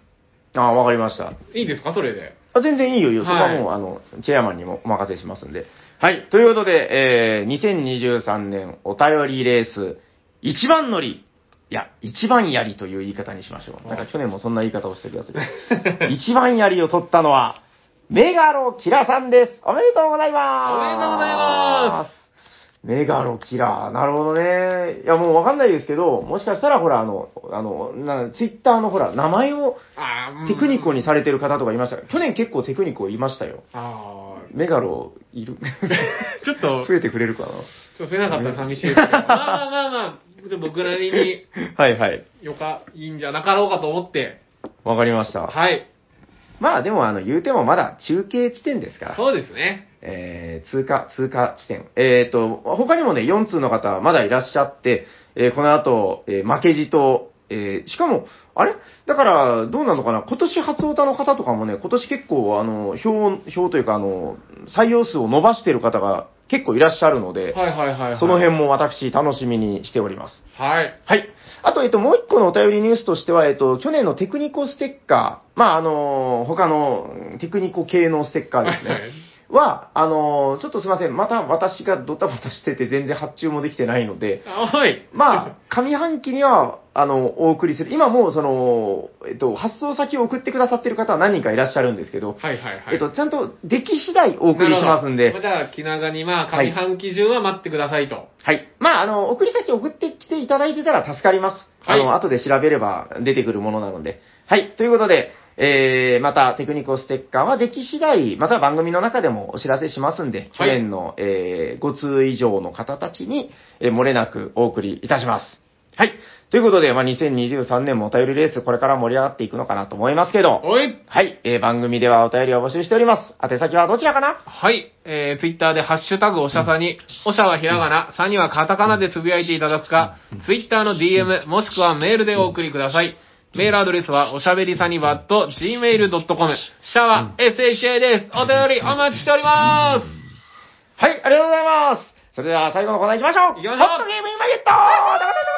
ああ、わかりました。いいですかそれで。あ全然いいよ、いいよ。そこははいもう、あの、チェアマンにもお任せしますんで。はい。ということで、えー、2023年お便りレース、一番乗り。いや、一番やりという言い方にしましょう。なんか去年もそんな言い方をしてくださ い。一番やりを取ったのは、メガロキラさんです。おめでとうございます。。おめでとうございますメガロキラー。なるほどね。いや、もうわかんないですけど、もしかしたら、ほら、あの、あの、なツイッターのほら、名前をああ、テクニコに。にされてる方とかいましたよ去年結構テクニコいましたよ。ああ、メガロ いるちょっ と、増えてくれるかなちょっと増えなかったら寂しいですけど。まあまあまあまあ、でも僕なりに、はいはい。よか、いいんじゃなかろうかと思って。わかりました。はい。まあでもあの言うてもまだ中継地点ですから。そうですね。えー、通過、通過地点。えっ、と、他にもね、4通の方まだいらっしゃって、えーこの後、えー負けじと、えーしかも、あれだから、どうなのかな今年初オタの方とかもね、今年結構、あの、票、票というか、あの、採用数を伸ばしてる方が結構いらっしゃるので、はいはいはい、はい。その辺も私楽しみにしております。はい。はい。あと、えっと、もう一個のお便りニュースとしては、えっと、去年のテクニコステッカー、まあ、あの、他のうんテクニコ系のステッカーですね。は、あのーちょっとすいません。また私がドタバタしてて全然発注もできてないので、あはい。ま あ、上半期には、あの、お送りする。今もう、その、えっと、発送先を送ってくださってる方は何人かいらっしゃるんですけど、はいはいはい。えっと、ちゃんと出来次第お送りしますんなるほどで、じゃあ、気長に、まあ、はい上半期中は待ってくださいと。はい。まあ、あの、送り先送ってきていただいてたら助かります。はいあの、後で調べれば出てくるものなので。はい。ということで、えー、またテクニコステッカーは出来次第、また番組の中でもお知らせしますんで、去年の、えー、5通以上の方たちに、えー漏れなくお送りいたします。はい。ということで、まあ、2023年もお便りレース、これから盛り上がっていくのかなと思いますけど、おいはい。えー、番組ではお便りを募集しております。宛先はどちらかなはい。えー、ツイッターでハッシュタグおしゃさに、おしゃはひらがな、さにはカタカナでつぶやいていただくか、ツイッターの DM、もしくはメールでお送りください。メールアドレスは、おしゃべりさにばっと gmail.com、シャワー SHA です。お便りお待ちしております。はい、ありがとうございます。それでは最後のコーナー行きましょう。行きましょうホットゲームインマー ケット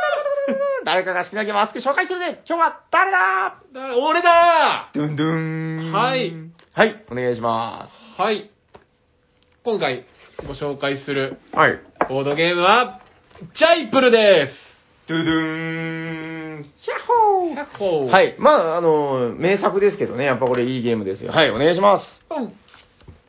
誰かが好きなゲームを熱く紹介するぜ今日は誰だだ俺だドゥンドゥン。はい。はい、お願いしまはい。今回ご紹介するす。はい。ボードゲームは、ジャイプルです。。ドゥドゥン。ヒャッホーはいい。まあ、あの、名作ですけどね、やっぱこれいいゲームですよ。はい、お願いします。うん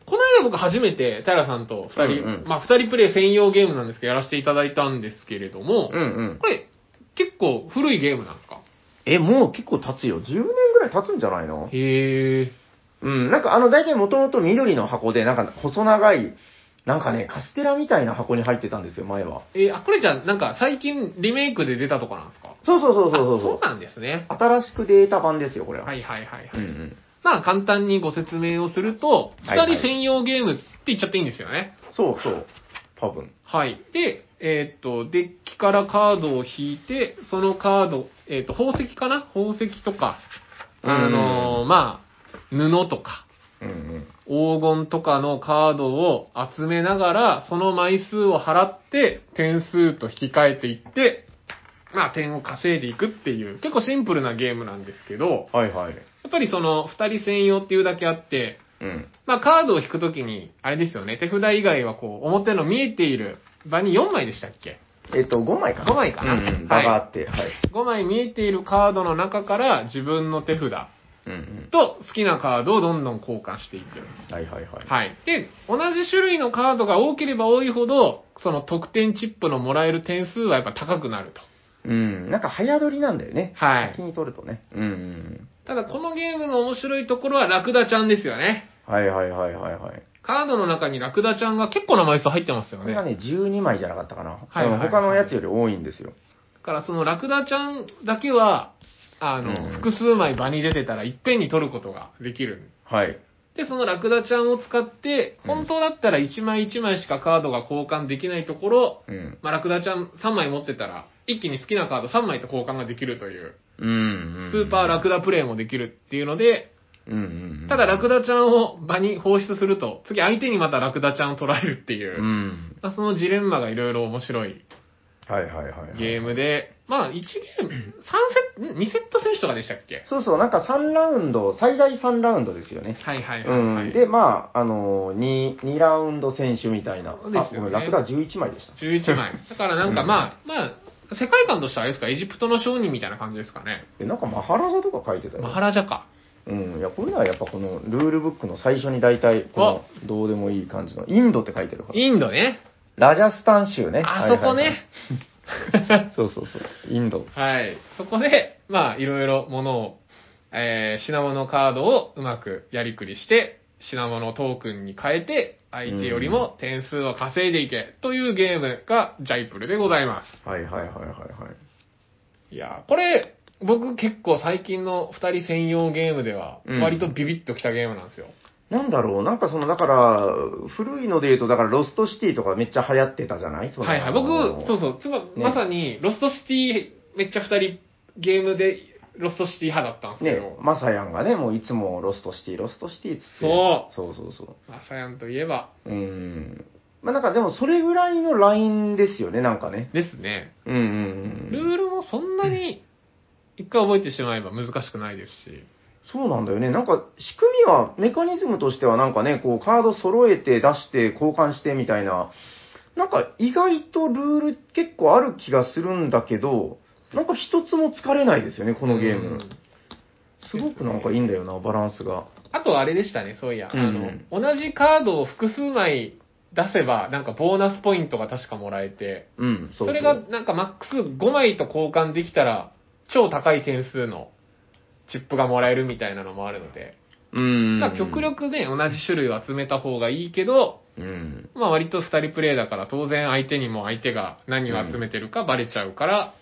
この間僕初めて、平さんと二人、うんうんまあ二人プレイ専用ゲームなんですけど、やらせていただいたんですけれども、うんうん。これ、結構古いゲームなんですかえ、もう結構経つよ。10年ぐらい経つんじゃないのへえ。うん、なんかあの、大体もともと緑の箱で、なんか細長い、なんかね、カステラみたいな箱に入ってたんですよ、前は。えーあ、これじゃあなんか最近リメイクで出たとかなんですかそうそうそうそうそうあなんですね。新しくデータ版ですよ、これは。はいはいはい、はういんうん。まあ簡単にご説明をすると、はいはい二人専用ゲームって言っちゃっていいんですよね。そうそう。多分。はい。で、えーっと、デッキからカードを引いて、そのカード、えーっと、宝石かな宝石とか、あのーまあ、布とか、うんうん。黄金とかのカードを集めながら、その枚数を払って、点数と引き換えていって、まあ、点を稼いでいくっていう、結構シンプルなゲームなんですけど、はいはい。やっぱりその、二人専用っていうだけあって、うん。まあ、カードを引くときに、あれですよね、手札以外はこう、表の見えている場に4枚でしたっけえっと、5枚かな。 5枚かなうんうん。は場いがあって。はい。 5枚見えているカードの中から自分の手札うんうん。と好きなカードをどんどん交換していく。はいはいはい。はい。で、同じ種類のカードが多ければ多いほど、その得点チップのもらえる点数はやっぱ高くなると。うん。なんか早取りなんだよね。はい先に取るとね。うんうん。ただこのゲームの面白いところはラクダちゃんですよね。はいはいはいはいはい。カードの中にラクダちゃんが結構な枚数入ってますよこね。れがだね、12枚じゃなかったかな。はいはいはい他のやつより多いんですよ。からそのラクダちゃんだけは、あの、うん複数枚場に出てたらいっぺんに取ることができるはい。で、そのラクダちゃんを使って、う本ん当だったら1枚1枚しかカードが交換できないところ、うん。まあ、ラクダちゃん3枚持ってたら、一気に好きなカード3枚と交換ができるという、うんうん。スーパーラクだ。ダプレイもできるっていうので、うんうんうんただ、ラクダちゃんを場に放出すると、次相手にまたラクダちゃんを捕らえるっていう、うん。まあそのジレンマがいろいろ面白いはいはいはい、はい。ゲームで、まあ1ゲーム、3セット、2セット選手とかでしたっけそうそう、なんか3ラウンド、最大3ラウンドですよね。はいはいはい、はういん。で、まあ、あのー、2、2ラウンド選手みたいな。そうですよねあごめんラクダ11枚でした。 11枚。 だからなんかうんまあ、まあ、世界観としてはあれですか、エジプトの商人みたいな感じですかね。え、なんかマハラジャとか書いてたよ。マハラジャか。うん。いや、こういうのはやっぱこのルールブックの最初に大体、この、どうでもいい感じの、インドって書いてるから。インドね。ラジャスタン州ね。あそこはいはいね。はい。そうそうそう。インド。 はい。そこで、まあ、いろいろものを、えー、品物カードをうまくやりくりして、品物をトークンに変えて、相手よりも点数を稼いでいけ、というゲームがジャイプルでございまはいはいはいはいはい。す。いやーこれ、僕結構最近の二人専用ゲームでは、うん割とビビッときたゲームなんですよ。なんだろう、なんかその、だから、古いので言うと、だから、ロストシティとかめっちゃ流行ってたじゃないそのはいはい。僕、そうそう、つま、まさに、ロストシティ、めっちゃ二人、ゲームで、ロストシティ派だったんですけねど、、マサヤンがね、もういつもロストシティ、ロストシティっつって。そうそうそうそまさやんといえば、う。うん。まあなんかでもそれぐらいのラインですよね、なんかね。ですね。うんうんルうん。ールもそんなに、一回覚えてしまえば難しくないですし。そうなんだよね。なんか仕組みは、メカニズムとしてはなんかね、こうカード揃えて出して交換してみたいな、なんか意外とルール結構ある気がするんだけど、なんか一つも疲れないですよね、このゲーうムん。すごくなんかいいんだよな、バランスが。あとあれでしたね、そういや。あのうん、同じカードを複数枚出せば、なんかボーナスポイントが確かもらえて、うん、そうそうれがなんかマックス5枚と交換できたら、超高い点数のチップがもらえるみたいなのもあるので、うん。だから極、力ね、同じ種類を集めた方がいいけど、うん。まあ割と二人プレイだから当然相手にも相手が何を集めてるかバレちゃうから、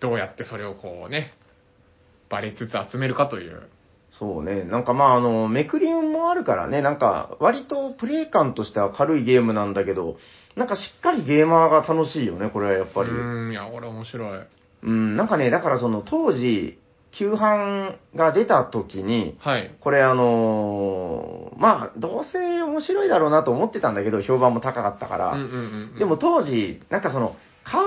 どうやってそれをこうね、バレつつ集めるかという。そうね。なんかまあ、あの、めくり運もあるからね、なんか、割とプレイ感としては軽いゲームなんだけど、なんかしっかりゲーマーが楽しいよね、これはやっぱり。ううーん、ん、いや、これ面白い。なんかね、だからその当時、旧版が出た時に、はい。これあのーまあ、どうせ面白いだろうなと思ってたんだけど、評判も高かったかうら、んうんうんうん。でも、当時、なんかその、カード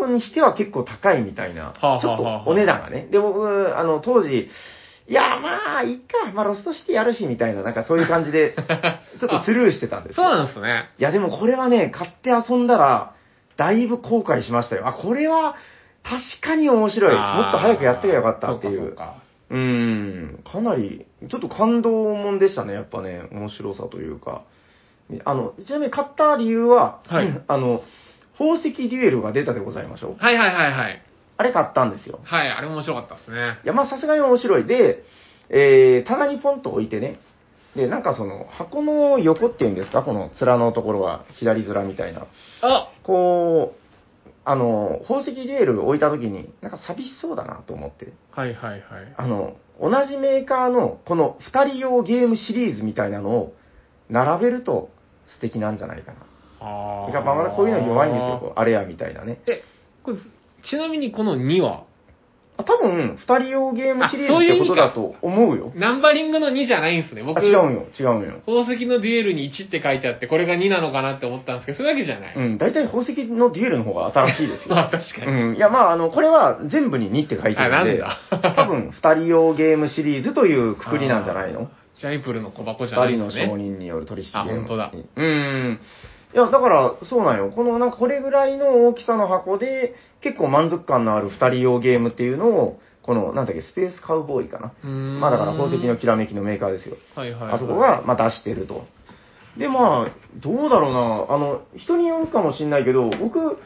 ゲームにしては結構高いみたいな、あはあちょはっあはあとお値段がね。で、僕、あの、当時、いや、まあ、いっか、まあ、ロストシティやるし、みたいな、なんかそういう感じで、 ちょっとスルーしてたんで すそうよなんですね。いや、でもこれはね、買って遊んだら、だいぶ後悔しましたよ。あ、これは、確かに面白い。あーもっと早くやってりゃよかったってい。そううかうーん、かなり、ちょっと感動もんでしたね、やっぱね、面白さというか。あの、ちなみに買った理由は、はい あの、宝石デュエルが出たでございましょうそう。かはいはいはいはい。あれ買ったんですよ。はい、あれ面白かったですね。いや、まあさすがに面白い。で、えー、棚にポンと置いてね。で、なんかその、箱の横っていうんですか、この面のところは、左面みたいな。あこう、あの、宝石デュエル置いた時に、なんか寂しそうだなと思って。はいはいはい。あの、同じメーカーのこの2人用ゲームシリーズみたいなのを並べると素敵なんじゃないかな。あーやっぱまだこういうの弱いんですよ、こうあれやみたいなね。え、これ、ちなみにこの2は、あ多分、2人用ゲームシリーズってことだと思うよ。ナンバリングの2じゃないんですね。僕、あ違うんよ、違うんよ。宝石のデュエルに1って書いてあって、これが2なのかなって思ったんですけど、そういうわけじゃない。うん、大体宝石のデュエルの方が新しいです よ。まあ、確かに。うん、いや、まあ、あの、これは全部に2って書いてるんで、あなんだ多分、2人用ゲームシリーズというくくりなんじゃないのジャイプルの小箱じゃない二人でのすね。証人による取引あ本当だうーん。いや、だから、そうなんよ。この、なんか、これぐらいの大きさの箱で、結構満足感のある二人用ゲームっていうのを、この、なんだっけ、スペースカウボーイかな。うーんまあ、だから、宝石のきらめきのメーカーですよ。はいはいはい、あそこが、まあ、出してると。で、まあ、どうだろうな。あの、人によるかもしんないけど、僕、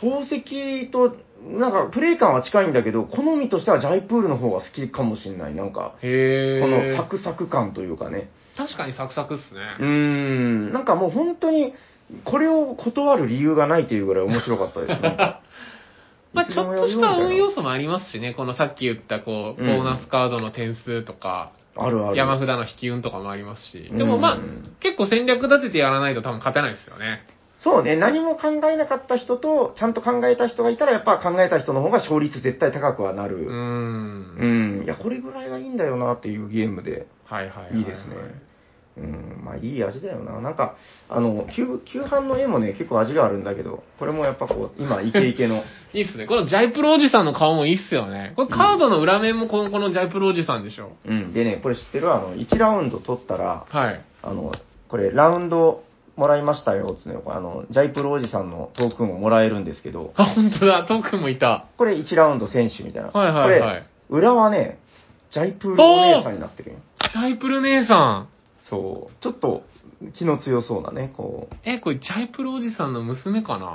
宝石と、なんか、プレイ感は近いんだけど、好みとしてはジャイプールの方が好きかもしんない。なんか、へえ。このサクサク感というかね。確かにサクサクっすねうー。ん、なんかもう本当に、これを断る理由がないというぐらい面白かったです ね。まあいつちでょもっとやるよしみたいたな運要素もありますしね、このさっき言ったこう、うんボーナスカードの点数とか、あるある。山札の引き運とかもありますし、でもまあ、うん結構戦略立ててやらないと多分勝てないですよね。そうね、何も考えなかった人と、ちゃんと考えた人がいたら、やっぱ考えた人の方が勝率絶対高くはなうー。る。うんん、いや、これぐらいがいいんだよなっていうゲームで、はいはいはいはい。いいですね。うん、まあいい味だよな。なんか、あの、旧旧版の絵もね、結構味があるんだけど、これもやっぱこう、今、イケイケの。いいっすね。このジャイプロおじさんの顔もいいっすよね。これカードの裏面もこのこのジャイプロおじさんでしょ。うん、でね、これ知ってるあの、1ラウンド取ったら、はい。あの、これ、ラウンドもらいましたよ、つってね、あの、ジャイプロおじさんのトークンをもらえるんですけど、あ、本当だ。トークンもいた。これ1ラウンド選手みたいな。はいはいはいこれ、裏はね、ジャイプールお姉さんになってるよ。ジャイプル姉さん。そう。ちょっと、気の強そうなね、こえ、これジャイプルおじさんの娘かな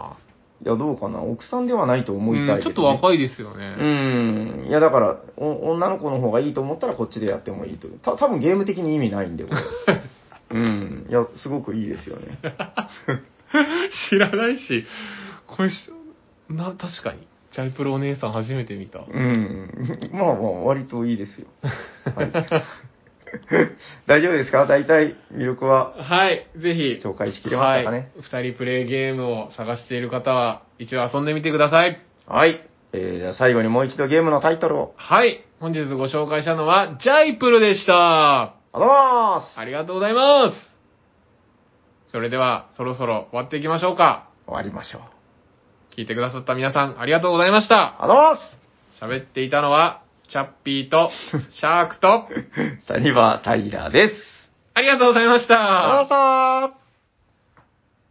う。いや、どうかな奥さんではないと思いたいけどね、うん、ちょっと若いですよね。うん。いや、だから、お女の子の方がいいと思ったらこっちでやってもいいという。た多分ゲーム的に意味ないんで、こ れ。うん。いや、すごくいいですよね。 知らないし、これし、な、確かに。ジャイプルお姉さん初めて見た。うん。まあまあ、割といいですよ。はい、 大丈夫ですか大体、魅力は。はい、ぜひ。紹介しきれましたかねはい、二人プレイゲームを探している方は、一度遊んでみてください。はい。えー、じゃあ最後にもう一度ゲームのタイトルを。はい、本日ご紹介したのは、ジャイプルでした。ありがとうございますありがとうございます。それでは、そろそろ終わっていきましょうか。終わりましょう。聞いてくださった皆さん、ありがとうございました。ありが喋っていたのは、チャッピーと、シャークと、 とうございますサニバー・タイラーです。ありがとうございました。ありがとうございました